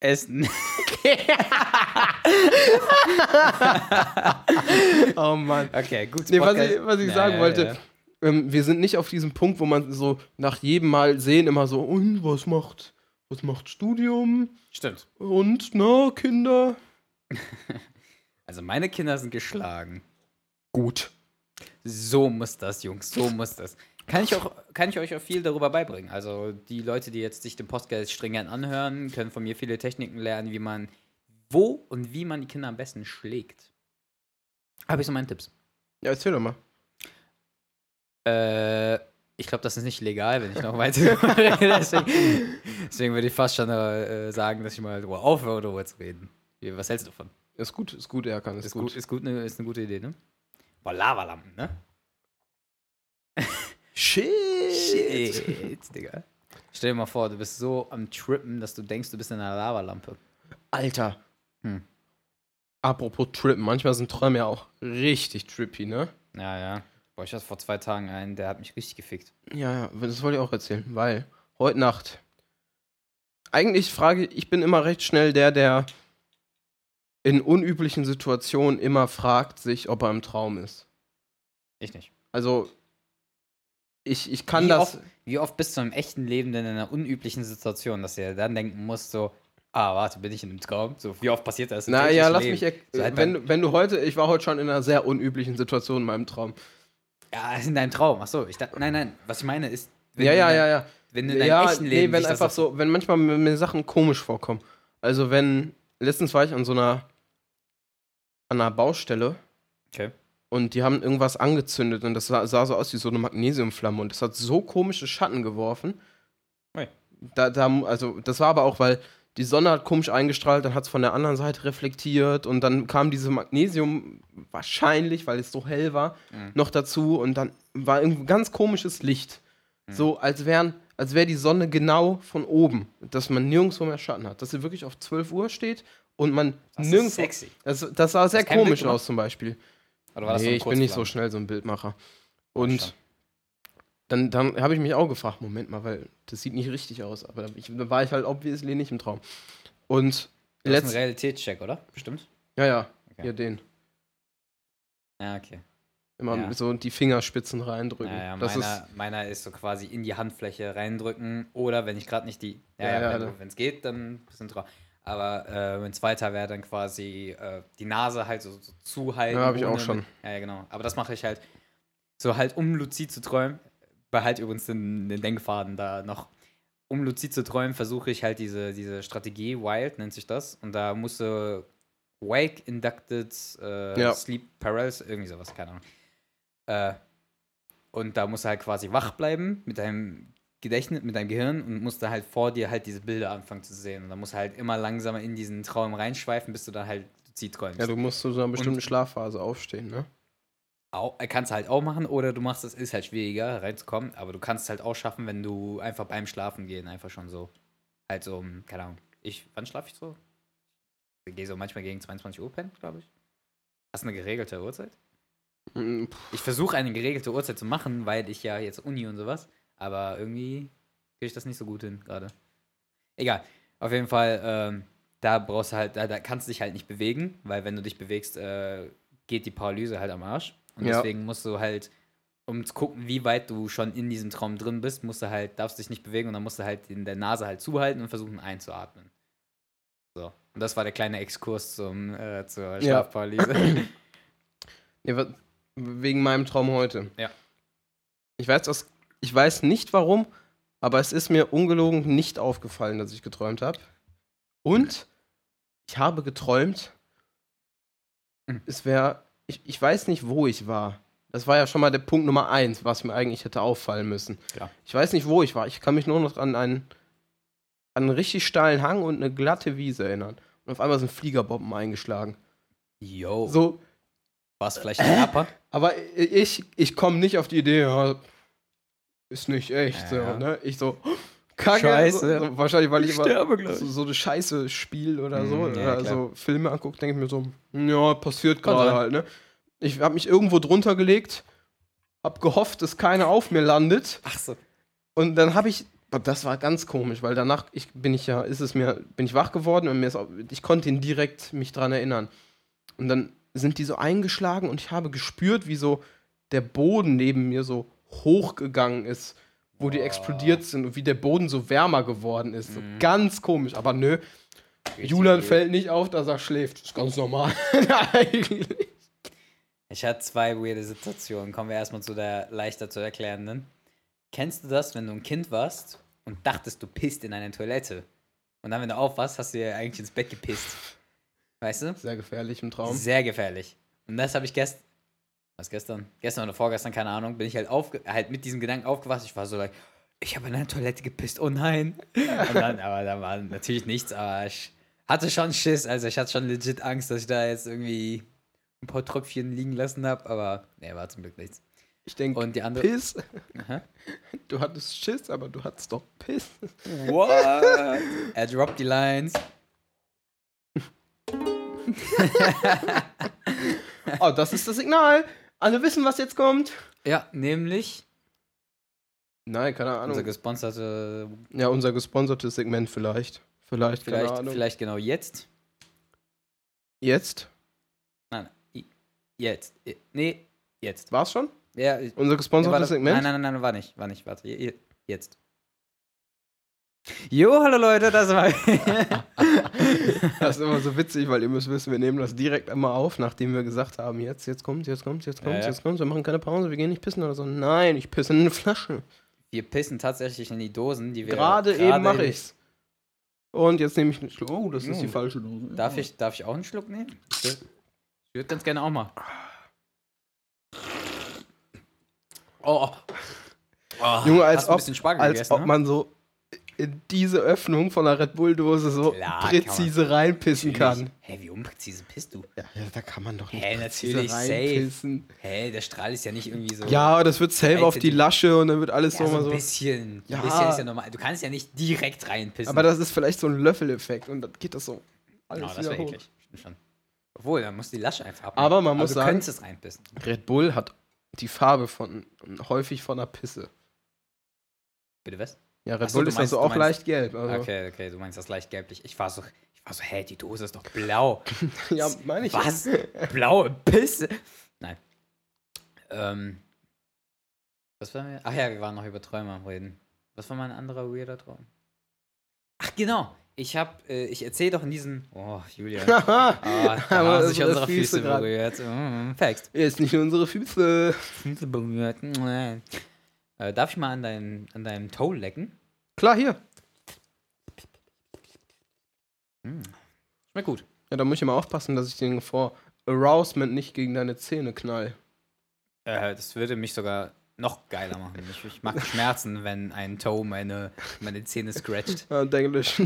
B: essen.
A: Oh Mann.
B: Okay, gut.
A: Nee, was ich, was ich sagen wollte, Ähm, wir sind nicht auf diesem Punkt, wo man so nach jedem Mal sehen immer so, und was macht, was macht Studium?
B: Stimmt.
A: Und na, Kinder?
B: Also meine Kinder sind geschlagen.
A: Gut.
B: So muss das, Jungs, so muss das. Kann ich, auch, kann ich euch auch viel darüber beibringen. Also die Leute, die jetzt sich den Podcast stringent anhören, können von mir viele Techniken lernen, wie man wo und wie man die Kinder am besten schlägt. Habe ich so meine Tipps.
A: Ja, erzähl doch mal.
B: Äh, ich glaube, das ist nicht legal, wenn ich noch weiter rede. deswegen, deswegen würde ich fast schon äh, sagen, dass ich mal drüber aufhöre, darüber zu reden. Wie- Was hältst du davon?
A: Ist gut, ist gut, Erkan, ist,
B: Ist,
A: gut.
B: gut. Ist, gut ne, ist eine gute Idee, ne? Boah, Lavalampen, ne?
A: Shit.
B: Shit, Digga. Stell dir mal vor, du bist so am Trippen, dass du denkst, du bist in einer Lavalampe.
A: Alter.
B: Hm.
A: Apropos Trippen, manchmal sind Träume ja auch richtig trippy, ne?
B: Ja, ja. Boah, ich hatte vor zwei Tagen einen, der hat mich richtig gefickt.
A: Ja, ja, das wollte ich auch erzählen, weil heute Nacht. Eigentlich frage ich, ich bin immer recht schnell der, der in unüblichen Situationen immer fragt sich, ob er im Traum ist.
B: Ich nicht.
A: Also, ich, ich kann
B: wie
A: das.
B: Oft, wie oft bist du im echten Leben denn in einer unüblichen Situation, dass du dir dann denken musst, so, ah, warte, bin ich in einem Traum? So, wie oft passiert das? im
A: Naja,
B: täglichen
A: lass
B: Leben?
A: mich. erk-
B: So, halt
A: Wenn, du- wenn du heute, ich war heute schon in einer sehr unüblichen Situation in meinem Traum.
B: Ja, ist in deinem Traum. Achso, ich dachte, nein, nein, was ich meine ist,
A: ja,
B: du
A: ja,
B: in
A: ja,
B: dein-
A: ja.
B: wenn du in deinem
A: Ja,
B: echten Leben
A: nee, wenn
B: dich das
A: einfach so, wenn manchmal mir, mir Sachen komisch vorkommen. Also wenn, letztens war ich an so einer, an einer Baustelle
B: Okay.
A: und die haben irgendwas angezündet und das sah, sah so aus wie so eine Magnesiumflamme und das hat so komische Schatten geworfen.
B: Ui.
A: Da, da, also das war aber auch, weil die Sonne hat komisch eingestrahlt, dann hat es von der anderen Seite reflektiert und dann kam diese Magnesium wahrscheinlich, weil es so hell war,
B: Mhm.
A: noch dazu und dann war irgendwie ein ganz komisches Licht.
B: Mhm.
A: So als wären, als wäre die Sonne genau von oben, dass man nirgendwo mehr Schatten hat, dass sie wirklich auf 12 Uhr steht und man
B: Das ist
A: nirgendwo
B: sexy.
A: Das, das sah sehr
B: Hast kein Bild
A: komisch
B: gemacht?
A: aus zum Beispiel.
B: Oder war das
A: nee,
B: so ein
A: ich bin nicht so
B: Kurzplan?
A: schnell so ein Bildmacher.
B: schon.
A: Und dann, dann habe ich mich auch gefragt, Moment mal, weil das sieht nicht richtig aus, aber ich, da war ich halt obviously nicht im Traum. Und
B: Du hast einen
A: letztes,
B: Realitätscheck, oder? Bestimmt.
A: ja, ja,
B: Okay.
A: hier den.
B: Ja, okay.
A: Immer
B: Ja.
A: so die Fingerspitzen reindrücken.
B: Ja, ja,
A: das
B: meiner,
A: ist,
B: meiner ist so quasi in die Handfläche reindrücken oder wenn ich gerade nicht die.
A: Ja,
B: Ja, ja,
A: ja,
B: wenn
A: ja.
B: du- wenn es geht, dann ein bisschen drauf. Aber äh, mein zweiter wäre dann quasi äh, die Nase halt so, so zuhalten.
A: Ja, hab ich auch
B: ohne-
A: schon.
B: Ja, ja, genau. Aber das mache ich halt so halt, um luzid zu träumen. Behalt übrigens den, den Denkfaden da noch. Um luzid zu träumen, versuche ich halt diese, diese Strategie, Wild nennt sich das. Und da musst du Wake Inducted äh,
A: Ja.
B: Sleep Paralysis, irgendwie sowas, keine Ahnung. Äh, und da musst du halt quasi wach bleiben mit deinem Gedächtnis, mit deinem Gehirn und musst da halt vor dir halt diese Bilder anfangen zu sehen. Und da musst du halt immer langsamer in diesen Traum reinschweifen, bis du dann halt luzid träumst.
A: ja, du musst zu so einer bestimmten
B: Und-
A: Schlafphase aufstehen, ne?
B: Au- kannst halt auch machen oder du machst es, ist halt schwieriger reinzukommen, aber du kannst es halt auch schaffen, wenn du einfach beim Schlafen gehen einfach schon so. Halt so, um, keine Ahnung. Ich, wann schlafe ich so? Ich gehe so manchmal gegen 22 Uhr pennen, glaube ich. Hast du eine geregelte Uhrzeit?
A: Mm,
B: Ich versuche eine geregelte Uhrzeit zu machen, weil ich ja jetzt Uni und sowas, aber irgendwie kriege ich das nicht so gut hin gerade. Egal. Auf jeden Fall, ähm, da brauchst du halt, da, da kannst du dich halt nicht bewegen, weil wenn du dich bewegst, äh, geht die Paralyse halt am Arsch. Und
A: Ja.
B: deswegen musst du halt, um zu gucken, wie weit du schon in diesem Traum drin bist, musst du halt, darfst dich nicht bewegen und dann musst du halt in der Nase halt zuhalten und versuchen einzuatmen. So. Und das war der kleine Exkurs zum, äh, zur Schlafparalyse.
A: Nee, wa- wegen meinem Traum heute.
B: Ja.
A: Ich weiß, aus, ich weiß nicht warum, aber es ist mir ungelogen nicht aufgefallen, dass ich geträumt habe. Und ich habe geträumt,
B: Mhm.
A: es wäre, ich, ich weiß nicht, wo ich war. Das war ja schon mal der Punkt Nummer eins, was mir eigentlich hätte auffallen müssen.
B: Klar.
A: Ich weiß nicht, wo ich war. Ich kann mich nur noch an einen, an einen richtig steilen Hang und eine glatte Wiese erinnern. Und auf einmal sind Fliegerbomben eingeschlagen.
B: Yo.
A: So,
B: War es vielleicht ein Rapper?
A: Aber ich, ich komme nicht auf die Idee, ja, ist nicht echt.
B: Ja.
A: So, ne? Ich so, Kacke.
B: Scheiße.
A: So, so, wahrscheinlich, weil ich, immer
B: sterbe gleich.
A: so, so eine Scheiße spiel oder so.
B: Mhm, ja,
A: oder
B: klar.
A: so Filme angucke, denke ich mir so, hm, ja, passiert
B: Kann
A: gerade
B: sein.
A: halt. Ne? Ich habe mich irgendwo drunter gelegt, habe gehofft, dass keiner auf mir landet.
B: Ach so.
A: Und dann habe ich, boah, das war ganz komisch, weil danach ich, bin ich ja, ist es mir, bin ich wach geworden und mir ist, auch- ich konnte ihn direkt mich dran erinnern. Und dann sind die so eingeschlagen und ich habe gespürt, wie so der Boden neben mir so hochgegangen ist, wo die
B: Boah.
A: explodiert sind und wie der Boden so wärmer geworden ist. So
B: Mhm.
A: ganz komisch, aber nö, Julian fällt nicht auf, dass er schläft. ist ganz normal. Eigentlich.
B: Ich hatte zwei weirde Situationen. Kommen wir erstmal zu der leichter zu erklärenden. Kennst du das, wenn du ein Kind warst und dachtest, du pisst in einer Toilette? Und dann, wenn du aufwachst, hast du ja eigentlich ins Bett gepisst. Weißt du?
A: Sehr gefährlich im Traum.
B: Sehr gefährlich. Und das habe ich gestern. Was gestern? Gestern oder vorgestern, keine Ahnung, bin ich halt, aufge halt mit diesem Gedanken aufgewacht. Ich war so like, ich habe in der Toilette gepisst, oh nein. Und dann, aber da war natürlich nichts, aber ich hatte schon Schiss. Also ich hatte schon legit Angst, dass ich da jetzt irgendwie ein paar Tröpfchen liegen lassen habe, aber nee, war zum Glück nichts.
A: Ich denke,
B: Und die andere.
A: Piss,
B: Aha.
A: du hattest Schiss, aber du hattest doch Piss.
B: What? er droppt die Lines.
A: Oh, das ist das Signal. Alle wissen, was jetzt kommt.
B: Ja, nämlich
A: Nein, keine
B: unser
A: Ahnung.
B: gesponserte,
A: ja, unser gesponsertes Segment vielleicht. Vielleicht, keine
B: vielleicht,
A: Ahnung.
B: vielleicht genau jetzt.
A: Jetzt?
B: Nein, i- jetzt. I- Nee, jetzt.
A: War's schon?
B: Ja, ich-
A: Unser
B: Ja,
A: gesponsertes
B: warte.
A: Segment?
B: Nein, nein, nein, nein, war nicht, war nicht, warte. je- je- Jetzt. Jo, hallo Leute, das war.
A: Das ist immer so witzig, weil ihr müsst wissen, wir nehmen das direkt immer auf, nachdem wir gesagt haben, jetzt, jetzt kommt, jetzt kommt, jetzt kommt,
B: Ja, ja.
A: jetzt kommt, wir machen keine Pause, wir gehen nicht pissen oder so. Nein, ich pisse in eine Flasche.
B: wir pissen tatsächlich in die Dosen, die wir.
A: gerade eben mache ich's. Und jetzt nehme ich einen Schluck. Oh, das ist
B: Mm.
A: die falsche Dose.
B: Darf ich, darf ich auch einen Schluck nehmen? Ich wür- ich würde ganz gerne auch mal. Oh. oh.
A: Junge, als
B: hast ein
A: ob-
B: bisschen Spargel
A: Als
B: gegessen,
A: ob
B: ne?
A: man so in diese Öffnung von der Red Bull-Dose so
B: Klar, kann man.
A: präzise reinpissen kann.
B: Natürlich. Hä, wie unpräzise pisst du?
A: Ja, ja, da kann man doch
B: Hä,
A: nicht präzise
B: natürlich, safe.
A: reinpissen.
B: Hä, der Strahl ist ja nicht irgendwie so.
A: Ja, das wird safe auf die
B: Dreizehn-
A: Lasche und dann wird alles
B: Ja,
A: so
B: so
A: mal
B: ein
A: so.
B: bisschen.
A: Ja.
B: Ein bisschen ist ja normal. Du kannst ja nicht direkt reinpissen.
A: Aber das ist vielleicht so ein Löffeleffekt und dann geht das so. Alles
B: Ja, Genau, das
A: wieder
B: wäre
A: hoch.
B: eklig. Stimmt schon. Obwohl, dann muss die Lasche einfach ab.
A: Aber man muss
B: du
A: sagen-
B: könntest es reinpissen.
A: Red Bull hat die Farbe von häufig von der Pisse.
B: Bitte was?
A: Ja, Red
B: Ach so,
A: Bull
B: du
A: ist
B: meinst-
A: also
B: du
A: auch
B: meinst-
A: leicht gelb. Also.
B: Okay, okay, du meinst das leicht gelblich. Ich war so, ich war so, hä, die Dose ist doch blau.
A: Ja, meine ich. ja.
B: Was? Blaue Pisse? Nein. Ähm. Was waren wir? Ach ja, wir waren noch über Träume am Reden. Was war mein anderer weirder Traum? Ach genau. Ich hab, äh, ich erzähle doch in diesem. Oh, Julia. Ah, da
A: Aber
B: haben sich
A: unsere
B: unsere
A: Füße
B: Füße
A: grad.
B: berührt. Mm, Facts.
A: Jetzt nicht unsere Füße.
B: Füße berührt. Äh, darf ich mal an, dein, an deinem Toe lecken?
A: Klar, hier.
B: Schmeckt gut.
A: Ja, da muss ich immer aufpassen, dass ich den vor Arousement nicht gegen deine Zähne knall.
B: Äh, das würde mich sogar noch geiler machen. Ich, ich mag Schmerzen, wenn ein Toe meine, meine Zähne scratcht.
A: Ja, Denglisch.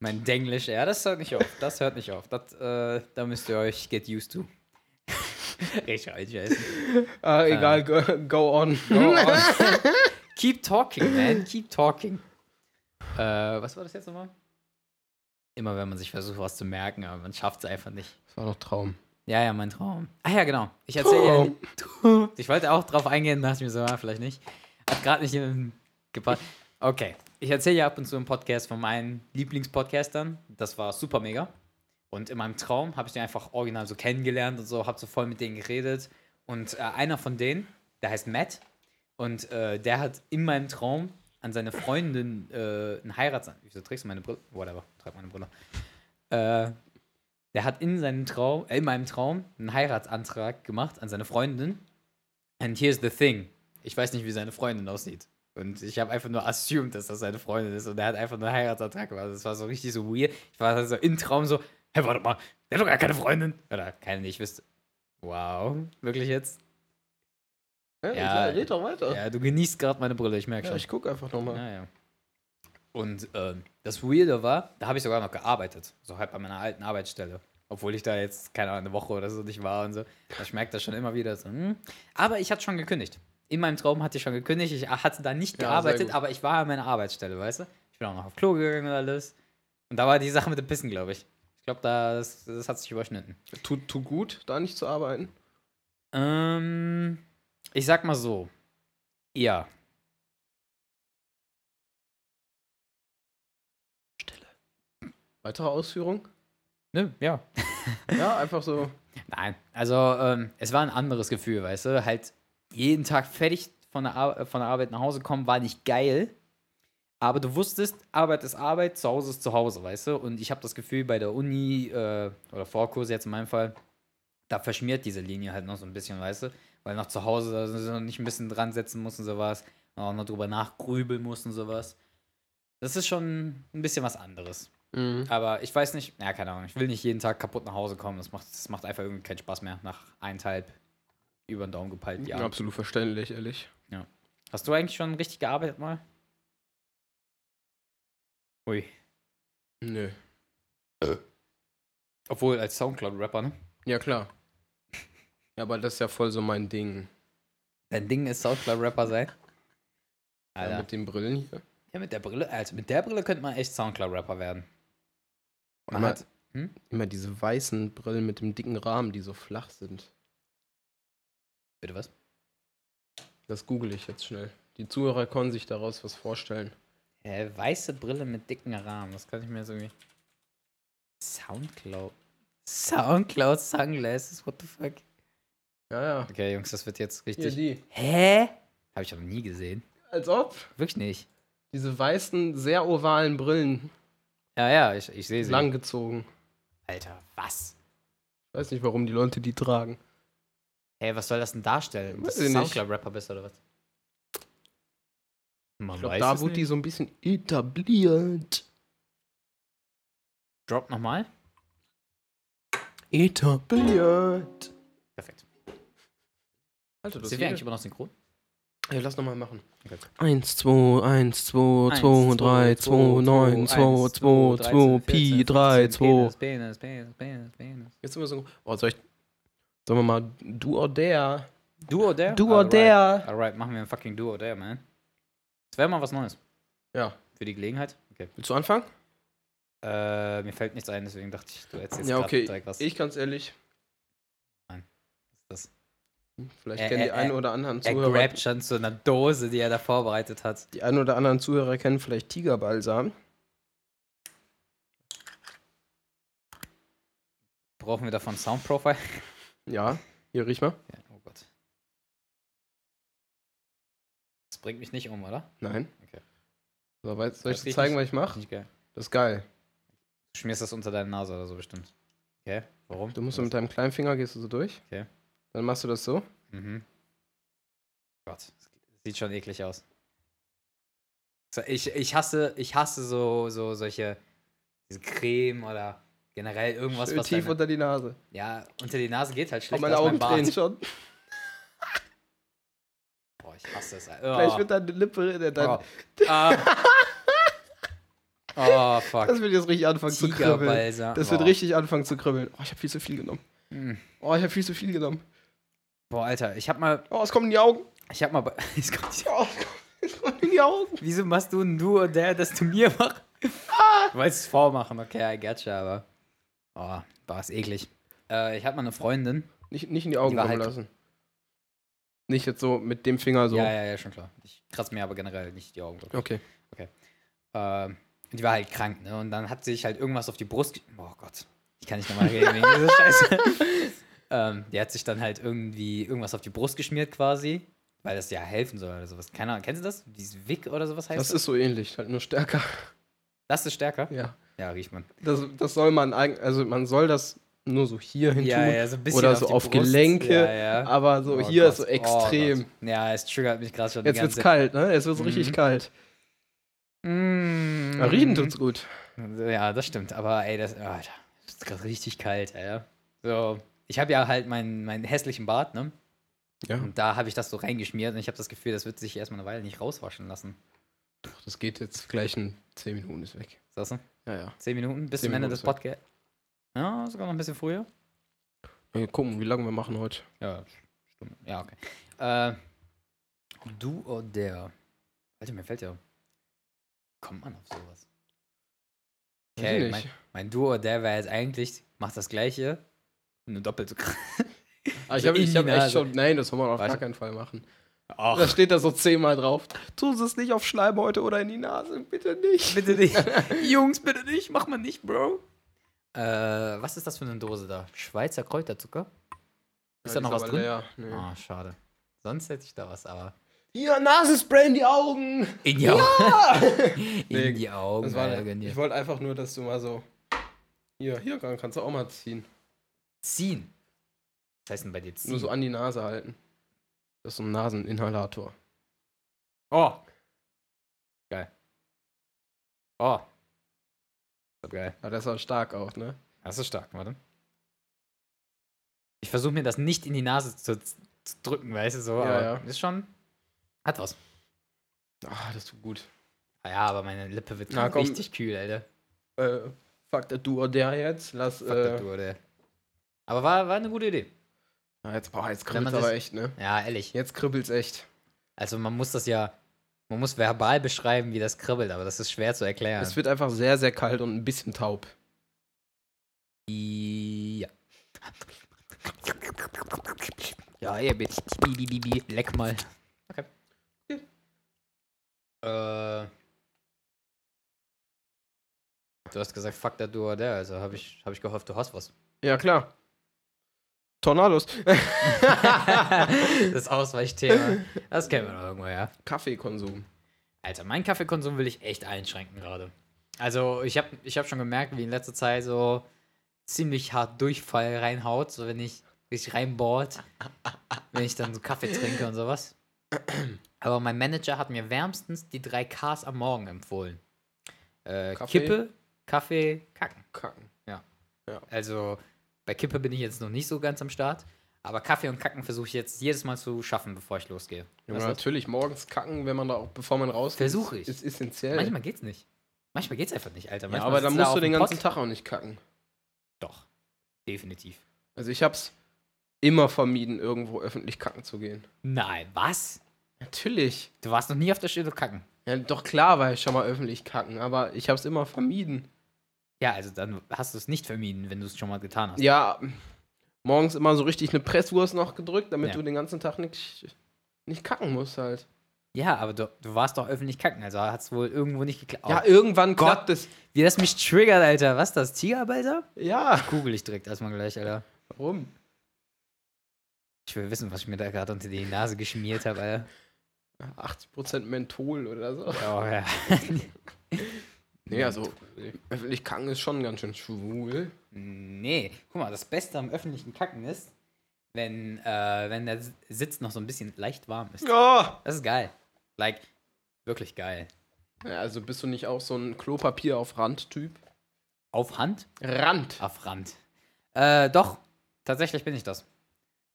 B: Mein Denglisch, ja, das hört nicht auf. Das hört nicht auf. Das, äh, da müsst ihr euch get used to. Richtig, Alter, ist-
A: Ah, egal, go, go on.
B: Go on. oh. Keep talking, man. Keep talking. Äh, was war das jetzt nochmal? Immer wenn man sich versucht, was zu merken, aber man schafft es einfach nicht.
A: Das war doch Traum.
B: Ja, ja, mein Traum. Ah ja, genau. Ich erzähle ja, Ich wollte auch drauf eingehen, dachte ich mir so, ah, vielleicht nicht. Hat gerade nicht ähm, gepasst. Okay. Ich erzähle ja ab und zu im Podcast von meinen Lieblingspodcastern. Das war super mega. Und in meinem Traum habe ich den einfach original so kennengelernt und so, habe so voll mit denen geredet. Und äh, einer von denen, der heißt Matt, und äh, der hat in meinem Traum an seine Freundin äh, einen Heiratsantrag. Wieso trägst du meine Brille? Whatever, trag meine Brille. Äh, der hat in seinem Traum, äh, in meinem Traum, einen Heiratsantrag gemacht an seine Freundin. And here's the thing. Ich weiß nicht, wie seine Freundin aussieht. Und ich habe einfach nur assumed, dass das seine Freundin ist. Und er hat einfach nur einen Heiratsantrag gemacht. Das war so richtig so weird. Ich war so im Traum so, hey, warte mal, der hat doch gar keine Freundin. Oder keine, die ich wüsste. Wow, wirklich jetzt?
A: Ja,
B: Ja.
A: red doch weiter.
B: Ja, du genießt gerade meine Brille, ich merke
A: Ja,
B: schon.
A: ich guck einfach nochmal.
B: Ja, ja. Und ähm, das Weirde war, da habe ich sogar noch gearbeitet. So halt bei meiner alten Arbeitsstelle. Obwohl ich da jetzt, keine Ahnung, eine Woche oder so nicht war und so. Ich merke das schon immer wieder. So, hm. Aber ich hatte schon gekündigt. In meinem Traum hatte ich schon gekündigt. Ich hatte da nicht
A: Ja, sehr
B: gearbeitet,
A: gut.
B: aber ich war an meiner Arbeitsstelle, weißt du? Ich bin auch noch auf Klo gegangen und alles. Und da war die Sache mit dem Pissen, glaube ich. Ich glaube, das, das hat sich überschnitten.
A: Tut, tut gut, da nicht zu arbeiten.
B: Ähm, ich sag mal so. Ja.
A: Weitere Ausführung?
B: Nö, ja.
A: Ja, einfach so.
B: Nein, also ähm, es war ein anderes Gefühl, weißt du? Halt jeden Tag fertig von der, Ar äh, von der Arbeit nach Hause kommen war nicht geil, aber du wusstest, Arbeit ist Arbeit, zu Hause ist zu Hause, weißt du? Und ich habe das Gefühl, bei der Uni äh, oder Vorkurse jetzt in meinem Fall, da verschmiert diese Linie halt noch so ein bisschen, weißt du? Weil noch zu Hause da so nicht ein bisschen dran setzen muss und sowas, und auch noch drüber nachgrübeln muss und sowas. Das ist schon ein bisschen was anderes.
A: Mhm.
B: Aber ich weiß nicht, ja, keine Ahnung, ich will nicht jeden Tag kaputt nach Hause kommen. Das macht, das macht einfach irgendwie keinen Spaß mehr nach eineinhalb über den Daumen gepeilt. Halt, Ja.
A: Absolut verständlich, ehrlich.
B: Hast du eigentlich schon richtig gearbeitet mal? Ui.
A: Nö.
B: Obwohl als Soundcloud-Rapper, ne?
A: Ja, klar. Ja, aber das ist ja voll so mein Ding. ne,
B: Dein Ding ist Soundcloud-Rapper sein.
A: Ja,
B: Alter.
A: mit den Brillen hier.
B: Ja, mit der Brille, also mit der Brille könnte man echt Soundcloud-Rapper werden. Man
A: Einmal-
B: hat, Hm?
A: Immer diese weißen Brillen mit dem dicken Rahmen, die so flach sind.
B: Bitte was?
A: Das google ich jetzt schnell. Die Zuhörer können sich daraus was vorstellen.
B: Äh, weiße Brille mit dicken Rahmen. Das kann ich mir jetzt irgendwie. Soundcloud. Soundcloud Sunglasses, what the fuck?
A: Ja, ja.
B: Okay, Jungs, das wird jetzt
A: Hier
B: richtig.
A: die.
B: Hä? Hab ich noch nie gesehen.
A: Als ob.
B: Wirklich nicht.
A: Diese weißen, sehr ovalen Brillen
B: Ja, ja, ich, ich sehe sie.
A: langgezogen.
B: Alter, was?
A: Ich weiß nicht, warum die Leute die tragen.
B: Hey, was soll das denn darstellen?
A: Weiß
B: Dass du
A: ich nicht.
B: Soundcloud-Rapper bist oder was? Man
A: Ich glaube,
B: weiß
A: da
B: es
A: wurde die
B: nicht.
A: so ein bisschen etabliert.
B: Drop nochmal.
A: Etabliert.
B: Perfekt.
A: Alter, das
B: Sind wir eigentlich immer noch synchron?
A: Ja, lass nochmal machen.
B: Okay.
A: 1, 2, 1, 2,
B: 1,
A: 2, 3, 2, 9, 2, 2, 2, Pi, 3, 2.
B: Penis, Penis, Penis, Penis, Penis.
A: Jetzt sind wir so. Oh, soll ich. Sollen wir mal du or der?
B: Du or der?
A: Du or der?
B: Alright, machen wir ein fucking Do or Dare, man. Das wäre mal was Neues.
A: Ja.
B: Für die Gelegenheit. Okay.
A: Willst du anfangen?
B: Äh, mir fällt nichts ein, deswegen dachte ich, du erzählst
A: Ja,
B: grad
A: okay.
B: direkt was.
A: Ich ganz ehrlich. Hm,
B: das.
A: Vielleicht
B: Er-
A: kennen die
B: er-
A: einen
B: er-
A: oder anderen
B: Er
A: Zuhörer.
B: grabt schon zu einer Dose, die er da vorbereitet hat.
A: Die einen oder anderen Zuhörer kennen vielleicht Tigerbalsam.
B: Brauchen wir davon Soundprofile?
A: Ja, hier riech mal.
B: Ja, oh Gott. Das bringt mich nicht um, oder?
A: Nein.
B: Okay.
A: So, wei- soll ich
B: Das
A: dir
B: riecht
A: zeigen,
B: nicht-
A: was ich mache?
B: Nicht geil.
A: Das ist geil.
B: Du schmierst das unter deine Nase oder so bestimmt. Okay, warum? Also,
A: Du musst so mit deinem kleinen Finger gehst du so durch.
B: Okay.
A: Dann machst du das so.
B: Mhm. Gott, das sieht schon eklig aus. So, Ich, ich hasse, ich hasse so, so solche diese Creme oder generell irgendwas,
A: Schön
B: was
A: tief
B: deine,
A: unter die Nase.
B: ja, unter die Nase geht halt
A: Aber
B: schlecht
A: meine
B: aus meinem
A: Augen drehen
B: Bart. Oh.
A: schon.
B: Boah, ich hasse es.
A: Gleich
B: Oh,
A: wird deine Lippe. Dein,
B: oh. Ah. oh, fuck. Oh.
A: Das wird jetzt richtig anfangen zu kribbeln.
B: Tigerbalsam.
A: Das wird
B: Boah.
A: richtig anfangen zu kribbeln. Oh, ich habe viel zu viel genommen.
B: Mm.
A: Oh, ich habe viel zu viel genommen.
B: Boah, Alter, ich hab mal,
A: Oh, es kommen die Augen.
B: ich hab mal, bei- es kommt-
A: Oh, es kommen die Augen.
B: wieso machst du ein Du und der, das du mir machst?
A: Ah.
B: Du wolltest es vormachen, okay, I getcha, aber, oh, war es eklig. Äh, ich hab mal eine Freundin,
A: Nicht, nicht in die Augen
B: Die war
A: kommen
B: halt-
A: lassen. Nicht jetzt so mit dem Finger so.
B: ja, ja, ja, schon klar, ich kratze mir aber generell nicht die Augen. glaub ich.
A: Okay.
B: Ähm, die war halt krank, ne? Und dann hat sich halt irgendwas auf die Brust. ge- Oh Gott, ich kann nicht nochmal reden wegen dieser Scheiße. ähm, die hat sich dann halt irgendwie irgendwas auf die Brust geschmiert quasi, weil das ja helfen soll oder sowas. Keine Ahnung, kennst du das? Dieses Wick oder sowas heißt
A: Das
B: das?
A: ist so ähnlich, halt nur stärker.
B: das ist stärker?
A: Ja.
B: Ja, riecht man.
A: Das, das soll man eigentlich, also man soll das nur so hier hin
B: Ja,
A: tun.
B: ja, so ein bisschen
A: oder so auf,
B: die Brust.
A: Gelenke.
B: Ja, ja.
A: Aber so
B: Oh
A: hier
B: Gott,
A: ist so
B: oh
A: extrem.
B: Gott. ja, es triggert mich gerade schon
A: Jetzt wird's kalt, ne? Jetzt wird's
B: Mhm.
A: richtig kalt.
B: Mm. Mhm.
A: Aber riechen tut's gut.
B: Ja, das stimmt. Aber ey, das, Alter, das ist gerade richtig kalt, ey. So, ich habe ja halt meinen, meinen hässlichen Bart, ne?
A: Ja.
B: Und da habe ich das so reingeschmiert und ich habe das Gefühl, das wird sich erstmal eine Weile nicht rauswaschen lassen.
A: Das geht jetzt gleich in 10 Minuten ist weg.
B: Sagst du?
A: Ja, ja.
B: Zehn Minuten bis
A: Zehn
B: zum Ende
A: Minuten,
B: des
A: sorry.
B: Podcasts. Ja, sogar noch ein bisschen früher.
A: Wir gucken, wie lange wir machen heute.
B: Ja, Stunde. Ja, okay. Äh, du oder der? Alter, mir fällt ja. Wie kommt man auf sowas?
A: Weiß
B: Okay,
A: ich
B: mein,
A: nicht.
B: mein Du oder der wäre jetzt eigentlich, macht das gleiche, nur doppelt so krass.
A: Aber Ah, ich
B: so
A: habe
B: Also in
A: ich
B: die
A: hab echt
B: Nase.
A: schon. Nein, das soll man auf
B: Weiß
A: gar
B: ich-
A: keinen Fall machen.
B: Ach,
A: Da steht da so zehnmal drauf. Tu es nicht auf Schleimhäute oder in die Nase, bitte nicht.
B: bitte nicht. Jungs, bitte nicht. Mach mal nicht, Bro. Äh, was ist das für eine Dose da? Schweizer Kräuterzucker? Ist da noch was drin? Ah, schade. Sonst hätte ich da was, aber.
A: Hier, Nasenspray in die Augen.
B: In die Augen.
A: Nee,
B: in die Augen.
A: Das war,
B: Alter, gönn dir.
A: ich wollte einfach nur, dass du mal so. Hier, hier kann- kannst du auch mal ziehen.
B: ziehen. Was heißt denn bei dir ziehen?
A: Nur so an die Nase halten. Das ist so ein Naseninhalator.
B: Oh. Geil. Oh. So geil.
A: Ja, das war stark auch, ne?
B: Das ist stark, warte. Ich versuche mir das nicht in die Nase zu, zu drücken, weißt du, so.
A: Ja,
B: aber
A: ja.
B: Ist schon. Hat was.
A: Ah, das tut gut.
B: Ah Ja, aber meine Lippe wird
A: Na,
B: grad
A: komm.
B: richtig kühl, Alter.
A: Äh, fuck that du oder der jetzt. Lass,
B: Fuck
A: äh,
B: das du, oder? Aber war, war eine gute Idee.
A: Ah, jetzt, boah, jetzt
B: Wenn man
A: kribbelt's aber
B: sich-
A: echt, ne?
B: Ja, ehrlich.
A: Jetzt kribbelt's echt.
B: Also man muss das ja, man muss verbal beschreiben, wie das kribbelt, aber das ist schwer zu erklären.
A: Es wird einfach sehr, sehr kalt und ein bisschen taub.
B: Ja. Ja, ihr bitte. Bi, bi, bi, bi. Leck mal. Okay. Äh. Du hast gesagt, fuck that du or there, also habe ich, hab ich gehofft, du hast was.
A: Ja, klar. Tornados.
B: das Ausweichthema. Das kennen wir doch irgendwo, ja.
A: Kaffeekonsum.
B: Alter, meinen Kaffeekonsum will ich echt einschränken gerade. Also, ich habe ich hab schon gemerkt, wie in letzter Zeit so ziemlich hart Durchfall reinhaut, so wenn ich richtig reinbohrt, wenn ich dann so Kaffee trinke und sowas. Aber mein Manager hat mir wärmstens die drei Ks am Morgen empfohlen. Äh,
A: Kaffee.
B: Kippe, Kaffee, Kacken.
A: Kacken.
B: Also bei Kippe bin ich jetzt noch nicht so ganz am Start, aber Kaffee und Kacken versuche ich jetzt jedes Mal zu schaffen, bevor ich losgehe.
A: Ja,
B: Weißt
A: aber
B: du?
A: natürlich, morgens kacken, wenn man da auch, bevor man raus
B: Versuch ich.
A: ist essentiell.
B: Manchmal geht's nicht. Manchmal geht's einfach nicht, Alter.
A: ja,
B: Manchmal
A: aber dann
B: sitzt da
A: musst
B: auf
A: du den
B: dem
A: ganzen
B: Pott.
A: Tag auch nicht kacken.
B: Doch. Definitiv.
A: Also ich hab's immer vermieden, irgendwo öffentlich kacken zu gehen.
B: Nein, was?
A: Natürlich.
B: Du warst noch nie auf der Stelle kacken.
A: Ja, doch klar war ich schon mal öffentlich kacken, aber ich hab's immer vermieden.
B: Ja, also dann hast du es nicht vermieden, wenn du es schon mal getan hast.
A: Ja, morgens immer so richtig eine Presswurst noch gedrückt, damit
B: Ja.
A: du den ganzen Tag nicht, nicht kacken musst halt.
B: Ja, aber du, du warst doch öffentlich kacken, also hat es wohl irgendwo nicht geklappt.
A: Ja,
B: Oh,
A: irgendwann
B: Gott.
A: klappt es.
B: wie das mich triggert, Alter. Was das? Tigerbalter?
A: Ja.
B: Google ich direkt erstmal gleich, Alter.
A: Warum?
B: Ich will wissen, was ich mir da gerade unter die Nase geschmiert habe, Alter.
A: 80% Menthol oder so.
B: Oh, ja.
A: Nee, also öffentlich kacken ist schon ganz schön schwul.
B: Nee, guck mal, das Beste am öffentlichen Kacken ist, wenn, äh, wenn der S- Sitz noch so ein bisschen leicht warm ist.
A: Ja,
B: Das ist geil. Like, wirklich geil.
A: also bist du nicht auch so ein Klopapier auf Rand-Typ?
B: Auf Hand,
A: Rand.
B: auf Rand. Äh, doch, tatsächlich bin ich das.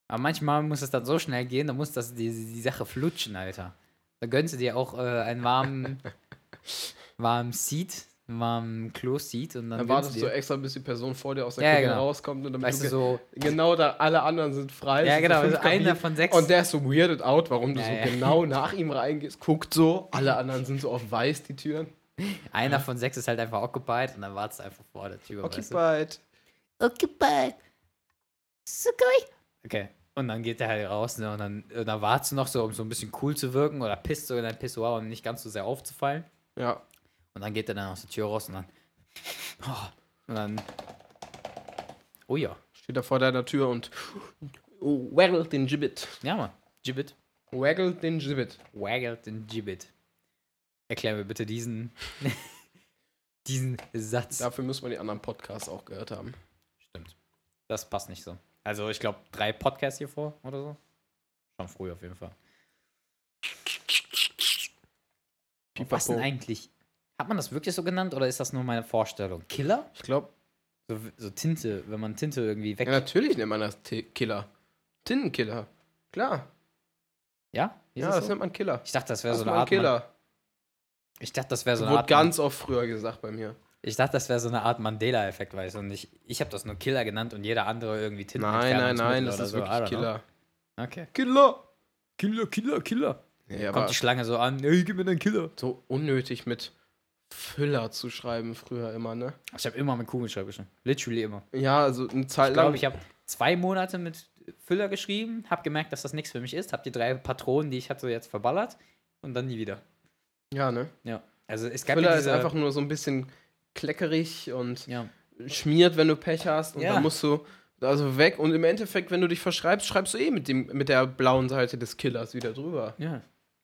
B: Aber manchmal muss es dann so schnell gehen, dann muss das die, die Sache flutschen, Alter. Da gönnst du dir auch äh, einen warmen, warmen Seat, einen warmen Klo-Seat und dann
A: Dann
B: gönnst
A: wartest
B: du
A: du
B: dir,
A: extra, bis die Person vor dir aus der
B: Ja,
A: Küche
B: genau.
A: rauskommt und damit
B: weißt
A: du
B: du,
A: ge-
B: so
A: genau da alle anderen sind frei.
B: Ja,
A: es sind
B: genau,
A: fünf
B: also einer
A: Kabinen.
B: von sechs.
A: Und der ist so weirded out, warum du
B: Ja,
A: so
B: ja.
A: genau nach ihm reingehst, guckt so, alle anderen sind so auf weiß die Türen.
B: einer von sechs ist halt einfach occupied und dann wartest du einfach vor der Tür, weißt du.
A: Occupied.
B: Occupied. Sugoi. Okay. Und dann geht er halt raus ne, und dann, und dann wartest du noch so, um so ein bisschen cool zu wirken oder pisst so in dein Pissoir, um nicht ganz so sehr aufzufallen.
A: Ja.
B: Und dann geht er dann aus der Tür raus und dann. Oh, und dann. Oh ja.
A: Steht da vor deiner Tür und waggelt den Gibbet.
B: Ja, Mann. Gibbet.
A: Waggelt den Gibbet.
B: Waggelt den Gibbet. Erklär mir bitte diesen. diesen Satz.
A: Dafür muss man die anderen Podcasts auch gehört haben.
B: Stimmt. Das passt nicht so. Also, ich glaube, drei Podcasts hier vor oder so. Schon früh auf jeden Fall.
A: Pipapo.
B: Was denn eigentlich? Hat man das wirklich so genannt oder ist das nur meine Vorstellung? Killer?
A: Ich glaube,
B: So, so Tinte, wenn man Tinte irgendwie weg.
A: ja,
B: Ja?
A: natürlich nennt man das T Killer. Tintenkiller. Klar.
B: Hieß
A: ja,
B: es
A: das
B: so?
A: nennt man Killer.
B: Ich dachte, das wäre
A: Das
B: so
A: ist
B: eine
A: mal ein
B: Art. Man
A: Killer.
B: ich dachte, das wäre so eine
A: Wurde
B: Art. Man
A: ganz oft früher gesagt bei mir.
B: ich dachte, das wäre so eine Art Mandela-Effekt, weißt du? Und ich, ich habe das nur Killer genannt und jeder andere irgendwie Tinte.
A: Nein, nein, nein, das ist
B: so. I
A: wirklich
B: don't
A: Killer.
B: Know. Okay.
A: Killer!
B: Killer, Killer, Killer.
A: Nee, aber
B: Kommt die Schlange so an, ey, gib mir den Killer.
A: so unnötig mit Füller zu schreiben früher immer, ne?
B: Ich habe immer mit Kugelschreiber geschrieben. Literally immer.
A: Ja, also eine Zeit
B: Ich
A: lang.
B: glaube, ich habe zwei Monate mit Füller geschrieben, habe gemerkt, dass das nichts für mich ist, habe die drei Patronen, die ich hatte, jetzt verballert und dann nie wieder.
A: ja, ne?
B: Ja, also es gab
A: Füller
B: ja
A: ist
B: diese,
A: einfach nur so ein bisschen kleckerig und
B: ja.
A: schmiert, wenn du Pech hast. Und
B: Ja.
A: dann musst du also weg. Und im Endeffekt, wenn du dich verschreibst, schreibst du eh mit, dem, mit der blauen Seite des Killers wieder drüber.
B: ja,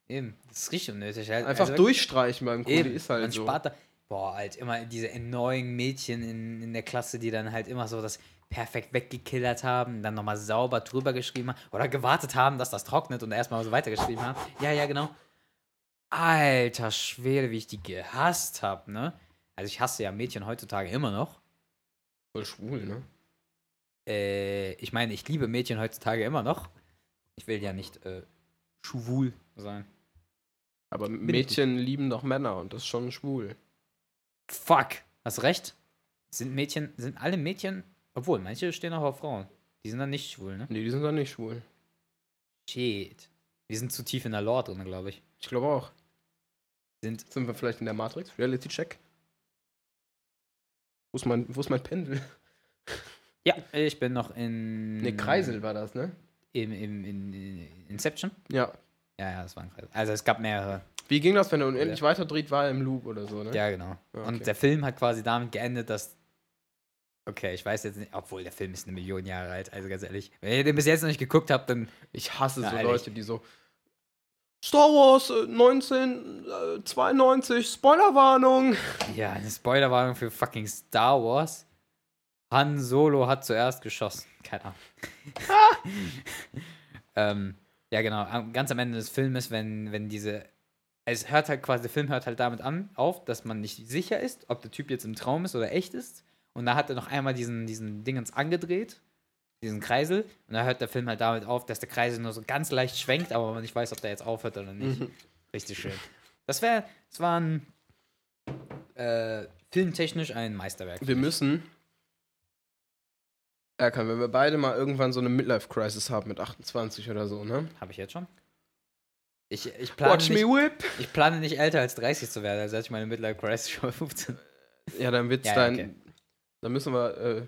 B: eben, das ist richtig unnötig. Halt.
A: Einfach
B: also,
A: durchstreichen beim Kuli
B: eben,
A: ist
B: man
A: halt so.
B: spart da, boah, halt immer diese annoying Mädchen in, in der Klasse, die dann halt immer so das perfekt weggekillert haben, dann nochmal sauber drüber geschrieben haben oder gewartet haben, dass das trocknet und erstmal so weitergeschrieben haben. Ja, ja, genau. Alter Schwede, wie ich die gehasst habe, ne? Also ich hasse ja Mädchen heutzutage immer noch.
A: Voll schwul, ne?
B: Äh, ich meine, ich liebe Mädchen heutzutage immer noch. Ich will ja nicht äh, schwul sein.
A: Aber Mädchen lieben doch Männer und das ist schon schwul.
B: Fuck. Hast recht. Sind Mädchen, sind alle Mädchen, obwohl manche stehen auch auf Frauen. Die sind dann nicht schwul, ne?
A: Nee, die sind doch nicht schwul.
B: Shit. Wir sind zu tief in der Lore drin, glaube ich.
A: Ich glaube auch.
B: Sind-
A: Sind wir vielleicht in der Matrix? Reality Check? Wo ist mein, wo ist mein Pendel?
B: Ja, ich bin noch in.
A: Ne, Kreisel war das, ne?
B: Im, im, in, in Inception.
A: Ja.
B: Ja, ja, das war ein Kreisel. Also es gab mehrere.
A: Wie ging das, wenn er unendlich weiterdreht, war er im Loop oder so, ne?
B: Ja, genau.
A: Ja, okay.
B: Und der Film hat quasi damit geendet, dass. Okay, ich weiß jetzt nicht, obwohl der Film ist eine Million Jahre alt, also ganz ehrlich. Wenn ihr den bis jetzt noch nicht geguckt habt, dann.
A: Ich hasse
B: Ja,
A: so
B: ehrlich.
A: Leute, die so Star Wars äh, 1992, Spoilerwarnung.
B: Ja, eine Spoilerwarnung für fucking Star Wars. Han Solo hat zuerst geschossen. Keine Ahnung. ähm, ja, genau. Am- Ganz am Ende des Filmes, wenn, wenn diese. Es hört halt quasi, der Film hört halt damit an, auf, dass man nicht sicher ist, ob der Typ jetzt im Traum ist oder echt ist. Und da hat er noch einmal diesen, diesen Dingens angedreht, diesen Kreisel. Und da hört der Film halt damit auf, dass der Kreisel nur so ganz leicht schwenkt, aber man nicht weiß, ob der jetzt aufhört oder nicht. Richtig schön. Das wäre, das war ein äh, filmtechnisch ein Meisterwerk.
A: Wir müssen. Erkan, wenn wir beide mal irgendwann so eine Midlife-Crisis haben mit 28 oder so, ne?
B: Habe ich jetzt schon? Ich, ich, plane
A: Watch me
B: nicht,
A: whip!
B: ich plane nicht älter als 30 zu werden, also hatte ich meine Midlife Crisis schon bei 15.
A: Ja, dann wird's
B: Ja, ja,
A: dein.
B: okay.
A: Dann müssen wir äh,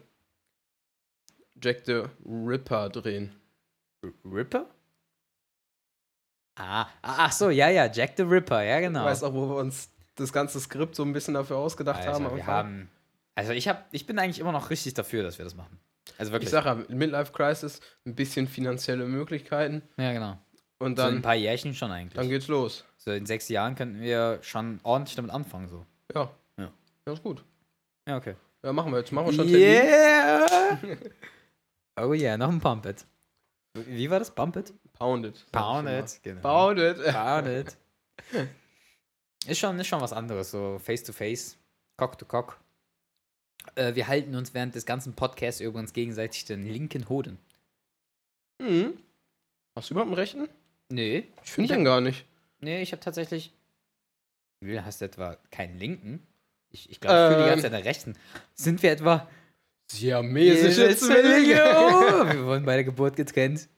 A: Jack the Ripper drehen.
B: Ripper? Ah, ah, ach so, ja, ja, Jack the Ripper, ja,
A: Du
B: genau.
A: Weißt auch, wo wir uns das ganze Skript so ein bisschen dafür ausgedacht
B: Alter,
A: haben. am
B: wir
A: Anfang?
B: haben. Also ich, hab, ich bin eigentlich immer noch richtig dafür, dass wir das machen. Also wirklich.
A: Ich sag ja, Midlife Crisis, ein bisschen finanzielle Möglichkeiten
B: ja, genau.
A: und
B: so in ein
A: dann,
B: paar Jährchen schon eigentlich.
A: dann geht's los.
B: so in sechs Jahren könnten wir schon ordentlich damit anfangen, so.
A: Ja.
B: Ja.
A: Ja, ist gut.
B: Ja, okay.
A: Ja, machen wir jetzt. Machen wir schon einen Termin.
B: Yeah! oh yeah, noch ein Pump It. Wie war das? Pump It?
A: Pound it. sag ich
B: Pound
A: immer.
B: It. Genau.
A: Pound it.
B: Pound It. Ist schon, ist schon was anderes, so face to face, cock to cock. Äh, wir halten uns während des ganzen Podcasts übrigens gegenseitig den linken Hoden.
A: Mhm. Hast du überhaupt einen rechten?
B: Nee,
A: Ich finde den gar nicht.
B: nee, ich habe tatsächlich. Will hast du etwa keinen linken? Ich, ich glaube, ich fühle die ganze
A: Ähm.
B: Zeit der rechten. Sind wir etwa.
A: Siamesische Zwillinge.
B: Oh, Wir wurden bei der Geburt getrennt.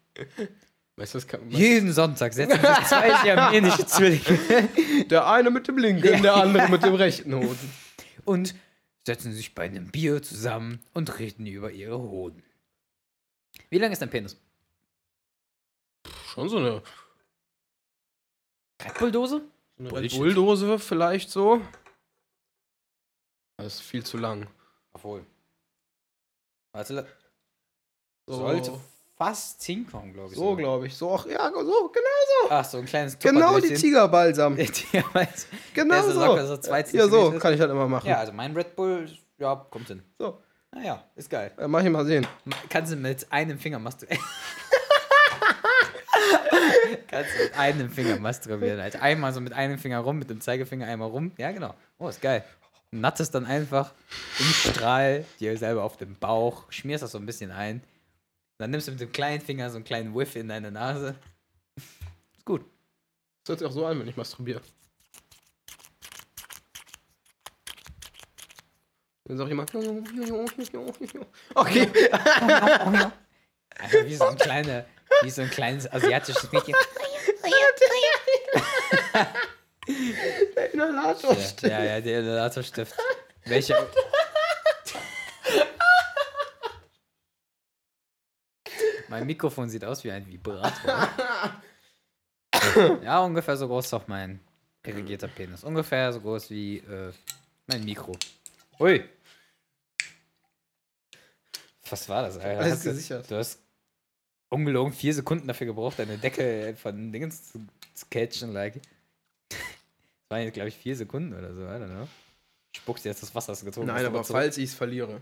A: Weißt du, das kann,
B: Jeden Sonntag setzen sich zwei siamesische Zwillinge
A: der eine mit dem linken, der andere mit dem rechten Oh, Hoden.
B: und setzen sich bei einem Bier zusammen und reden über ihre Hoden. Wie lang ist dein Penis?
A: Schon so eine,
B: Red Bulldose?
A: so eine
B: Bullshit.
A: Bulldose vielleicht so. Das ist viel zu lang.
B: Obwohl. Warte, la-
A: So,
B: sollte fast hinkommen, glaube ich.
A: so
B: sogar.
A: glaube ich. So, ach, ja, so, genau so.
B: Ach, so ein kleines
A: Genau die
B: Tupperdöschen.
A: Tigerbalsam.
B: Ja, weiß.
A: Genau
B: Der ist
A: so.
B: so locker, so zwei
A: ja, so
B: Zentimeter.
A: kann ich halt immer machen.
B: ja, also mein Red Bull, ja, kommt hin.
A: So,
B: Naja, ist geil.
A: äh, mach ich mal sehen.
B: Kannst du mit einem Finger masturbieren. Kannst du mit einem Finger masturbieren. Halt einmal so mit einem Finger rum, mit dem Zeigefinger einmal rum. Ja, genau. Oh, ist geil. Und Nattest dann einfach im Strahl dir selber auf den Bauch, schmierst das so ein bisschen ein. Dann nimmst du mit dem kleinen Finger so einen kleinen Whiff in deine Nase. Ist gut.
A: Das hört sich auch so an, wenn ich masturbiere. Dann sag ich immer. Okay.
B: Einfach wie so ein kleiner, wie so ein kleines asiatisches Mädchen.
A: Der Inhalator steht.
B: Ja, ja, der Inhalatorstift. Welcher. mein Mikrofon sieht aus wie ein Vibrator. ja, ungefähr so groß ist auch mein irrigierter Penis. Ungefähr so groß wie äh, mein Mikro. Ui! Was war das, Alter?
A: Alles
B: Hast du-
A: gesichert.
B: Du hast ungelogen vier Sekunden dafür gebraucht, deine Decke von Dingens zu, zu catchen, like. Das waren jetzt, glaube ich, vier Sekunden oder so, I don't know. Spuckst jetzt das Wasser, das gezogen
A: Nein,
B: hast,
A: aber
B: zurück.
A: falls ich es verliere.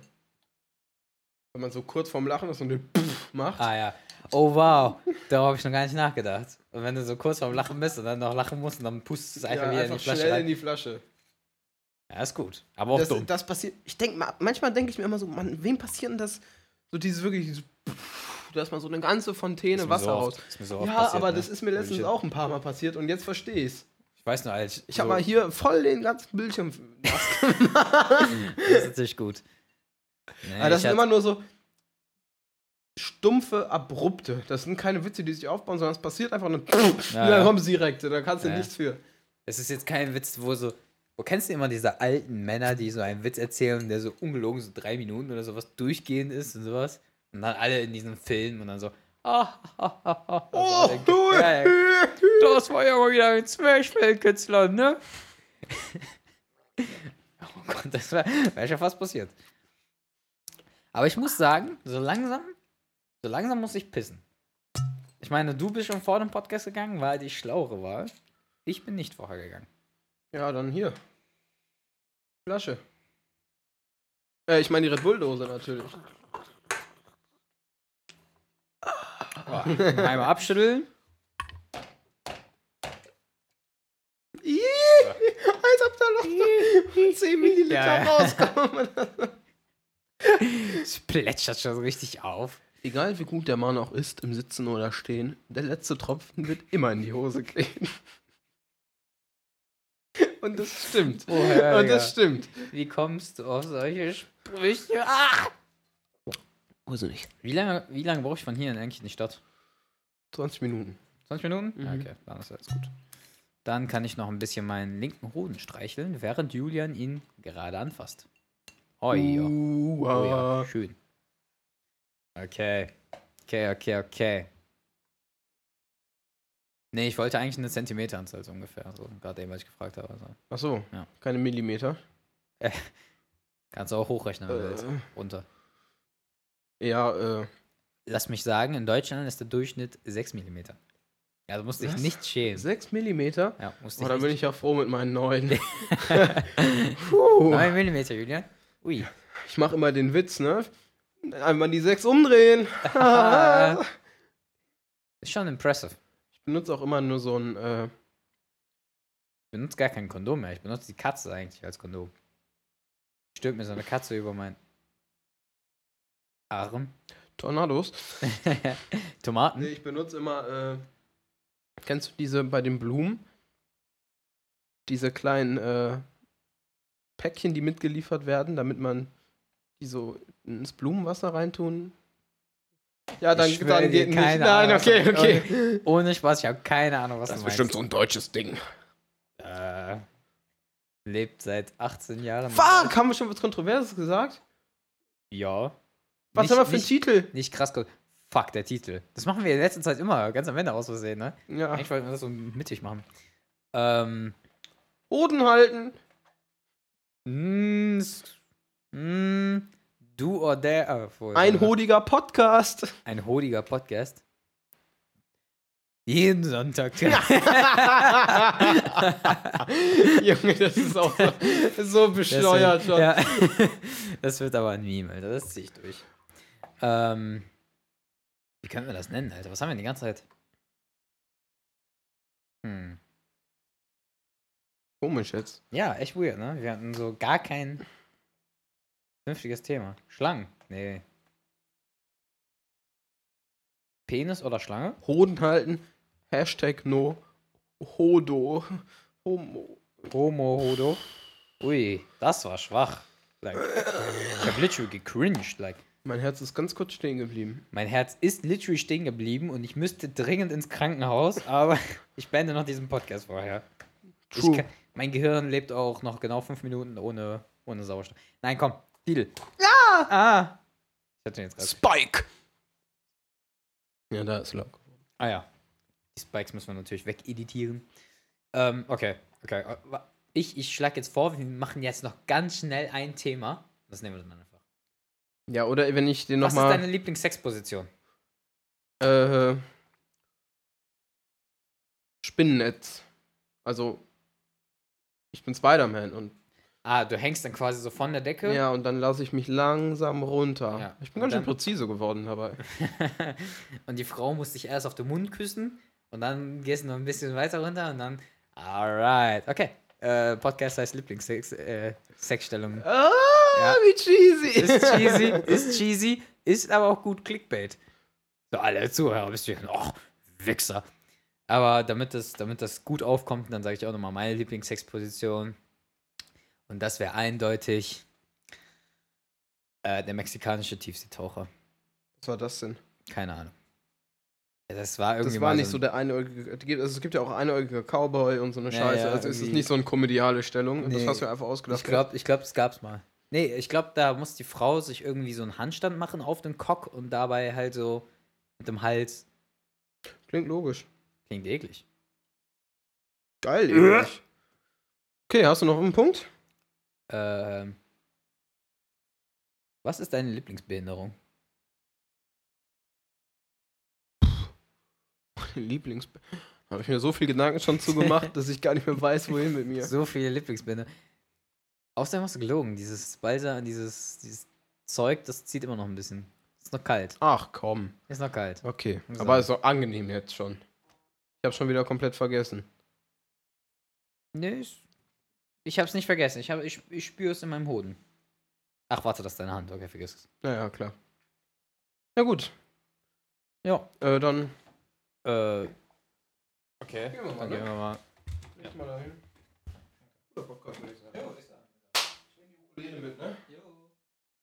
A: Wenn man so kurz vorm Lachen ist und den Pff macht.
B: Ah ja. Oh wow, darauf habe ich noch gar nicht nachgedacht. Und wenn du so kurz vorm Lachen bist und dann noch lachen musst und dann pustest du einfach
A: ja,
B: wieder
A: einfach
B: in die Flasche
A: schnell
B: rein.
A: in die Flasche.
B: Ja, ist gut. Aber auch
A: das,
B: dumm.
A: das passiert. Ich denke mal, manchmal denke ich mir immer so, Mann, wem passiert denn das? So dieses wirklich, dieses Pff, da ist mal so eine ganze
B: Ist
A: Fontäne
B: mir
A: Wasser
B: so
A: raus.
B: oft- Ist mir so oft
A: ja,
B: passiert,
A: aber
B: ne?
A: das ist mir
B: Holy
A: letztens
B: shit.
A: auch ein paar Mal passiert und jetzt verstehe ich's.
B: Ich weiß nur, als
A: Ich habe mal hier voll den ganzen Bildschirm.
B: Das ist natürlich gut. Nee,
A: Aber das
B: ich
A: sind
B: hatte-
A: Ah, immer nur so stumpfe, abrupte. Das sind keine Witze, die sich aufbauen, sondern es passiert einfach und dann,
B: Ja,
A: und dann
B: ja.
A: kommen sie direkt. Da kannst du
B: Ja, ja.
A: nichts für.
B: Es ist jetzt kein Witz, wo so, Wo kennst du immer diese alten Männer, die so einen Witz erzählen, der so ungelogen so drei Minuten oder sowas durchgehend ist und sowas? Und dann alle in diesem Film und dann so. Ah, ah, ah, ah.
A: Oh,
B: Also, ja, ja. Das war ja mal wieder ein Zwerchfellkünstler, ne? oh Gott, das wäre wär schon fast passiert. Aber ich muss sagen, so langsam, so langsam muss ich pissen. Ich meine, du bist schon vor dem Podcast gegangen, war die schlauere Wahl. Ich bin nicht vorher gegangen.
A: Ja, dann hier. Flasche. Äh, ich meine die Red Bull-Dose natürlich.
B: Oh, einmal abschütteln.
A: Ih, als ob da noch 10 Milliliter
B: Ja, ja.
A: rauskommen.
B: Es plätschert schon so richtig auf.
A: Egal wie gut der Mann auch ist, im Sitzen oder Stehen, der letzte Tropfen wird immer in die Hose kleben. Und das stimmt.
B: Oh, ja,
A: Und
B: Digga.
A: das stimmt.
B: Wie kommst du auf solche Sprüche? Ah!
A: Wieso nicht?
B: Wie lange, wie lange brauche ich von hier eigentlich in die Stadt?
A: 20 Minuten.
B: 20 Minuten? Ja,
A: Mhm.
B: okay, dann ist alles gut. Dann kann ich noch ein bisschen meinen linken Hoden streicheln, während Julian ihn gerade anfasst. Oh ja. Oh ja,
A: Uah.
B: schön. Okay. Okay, okay, okay. Nee, ich wollte eigentlich eine Zentimeteranzahl so ungefähr. So, gerade eben, was ich gefragt habe. Also,
A: Ach so,
B: Ja.
A: keine Millimeter.
B: kannst du auch hochrechnen, wenn du willst.
A: Äh,
B: Runter.
A: ja, äh,
B: Lass mich sagen, in Deutschland ist der Durchschnitt 6 mm. Also musst dich
A: Was?
B: nicht schämen.
A: 6 Millimeter.
B: Ja, musst
A: Oh,
B: dich
A: dann bin
B: nicht
A: ich ja froh mit meinen neuen. Puh.
B: 9 mm, Julian. Ui.
A: Ich mache immer den Witz, ne? Einmal die 6 umdrehen. ich
B: Ist schon impressive.
A: benutze auch immer nur so ein, äh,
B: Ich benutze gar kein Kondom mehr. Ich benutze die Katze eigentlich als Kondom. Stülpt mir so eine Katze über meinen Arm.
A: Tornados. Nee,
B: Tomaten.
A: ich benutze immer, äh, kennst du diese bei den Blumen? Diese kleinen, äh, Päckchen, die mitgeliefert werden, damit man die so ins Blumenwasser reintun. Ja, dann,
B: Ich schwöre
A: dann
B: dir,
A: geht nicht.
B: keine
A: Nein,
B: Ahnung.
A: okay, okay.
B: Ohne Spaß, ich habe keine Ahnung, was du meinst.
A: ein deutsches Ding.
B: Äh, lebt seit 18 Jahren.
A: Fuck, haben wir schon was Kontroverses gesagt?
B: Ja.
A: Was
B: Nicht-
A: haben wir für einen
B: nicht-
A: Titel?
B: Nicht krass. ge- Fuck, der Titel. Das machen wir in letzter Zeit immer, ganz am Ende aus Versehen, ne?
A: Ja.
B: Eigentlich wollten wir das so mittig machen. Ähm.
A: Boden halten.
B: Mm, s- mm, do or dare. ah, voll,
A: Ein
B: oder?
A: hodiger Podcast.
B: Ein hodiger Podcast. Jeden Sonntag.
A: Junge, das ist auch so, so bescheuert schon.
B: Ja. Das wird aber ein Meme, Alter. Das zieh ich durch. Ähm, wie können wir das nennen, Alter? Was haben wir denn die ganze Zeit? Hm.
A: Komisch jetzt.
B: Ja, echt weird, ne? Wir hatten so gar kein vernünftiges Thema. Schlangen? Nee. Penis oder Schlange?
A: Hoden halten. Hashtag no. Hodo. Homo.
B: Homo Hodo. Ui, das war schwach. Like, ich hab literally gecringed. Like,
A: Mein Herz ist ganz kurz stehen geblieben.
B: mein Herz ist literally stehen geblieben und ich müsste dringend ins Krankenhaus, aber ich beende noch diesen Podcast vorher. Ich
A: True.
B: kann, mein Gehirn lebt auch noch genau fünf Minuten ohne, ohne Sauerstoff. Nein, komm, Titel. Ja! Ah! Ich hatte ihn jetzt gerade.
A: Spike. Ja, da ist Lock.
B: Ah ja. Die Spikes müssen wir natürlich wegeditieren. Ähm, okay, okay. Äh, wa- Ich, ich schlage jetzt vor, wir machen jetzt noch ganz schnell ein Thema. Das nehmen wir dann einfach.
A: Ja, oder wenn ich den
B: Was ist deine
A: nochmal.
B: Lieblingssexposition?
A: Äh, Spinnennetz. Also, ich bin Spider-Man und
B: Ah, du hängst dann quasi so von der Decke.
A: Ja, und dann lasse ich mich langsam runter.
B: Ja.
A: Ich bin ganz schön
B: Dann-
A: präzise geworden dabei.
B: und die Frau muss dich erst auf den Mund küssen und dann gehst du noch ein bisschen weiter runter und dann. Alright, okay. Äh, Podcast heißt Lieblingssex, äh, Sexstellung.
A: Ah,
B: Ja.
A: wie cheesy.
B: Ist cheesy, ist cheesy, ist aber auch gut Clickbait. So alle Zuhörer bist du ach, Wichser. Aber damit das, damit das gut aufkommt, dann sage ich auch nochmal meine Lieblingssexposition. Und das wäre eindeutig äh, der mexikanische Tiefseetaucher.
A: Was war das denn?
B: Keine Ahnung. Ja, Das war irgendwie
A: Das war
B: mal
A: nicht so
B: so ein-
A: der einäugige. es gibt- Also es gibt ja auch einäugiger Cowboy und so eine
B: Ja,
A: Scheiße.
B: ja,
A: also es ist
B: irgendwie.
A: nicht so eine komediale Stellung. Das
B: Nee.
A: hast du einfach ausgedacht.
B: Ich glaube, ich glaub, das gab's mal. Nee, ich glaube, da muss die Frau sich irgendwie so einen Handstand machen auf den Cock und dabei halt so mit dem Hals.
A: Klingt logisch.
B: Klingt eklig.
A: Geil, ehrlich. Okay, hast du noch einen Punkt?
B: Ähm, was ist deine Lieblingsbehinderung?
A: Lieblings. Habe ich mir so viel Gedanken schon zugemacht, dass ich gar nicht mehr weiß, wohin mit mir.
B: So viele Lieblingsbehinderungen. Außerdem hast du gelogen. Dieses Balsam, dieses, dieses Zeug, das zieht immer noch ein bisschen. Ist noch kalt.
A: Ach komm.
B: Ist noch kalt.
A: Okay.
B: So.
A: Aber ist doch angenehm jetzt schon. Ich habe schon wieder komplett vergessen.
B: Nee, ich, ich hab's nicht vergessen. Ich, hab, ich, ich spüre es in meinem Hoden. Ach, warte, das ist deine Hand. Okay, vergiss es.
A: Naja, klar. Na gut.
B: Ja.
A: Äh, dann.
B: Äh, okay,
A: Gehen wir mal,
B: dann
A: ne?
B: gehen wir mal.
A: Leg mal dahin. Guter Podcast, würde ich sagen. Ja, würde ich sagen. Schön die Ukulele mit, ne? Jo.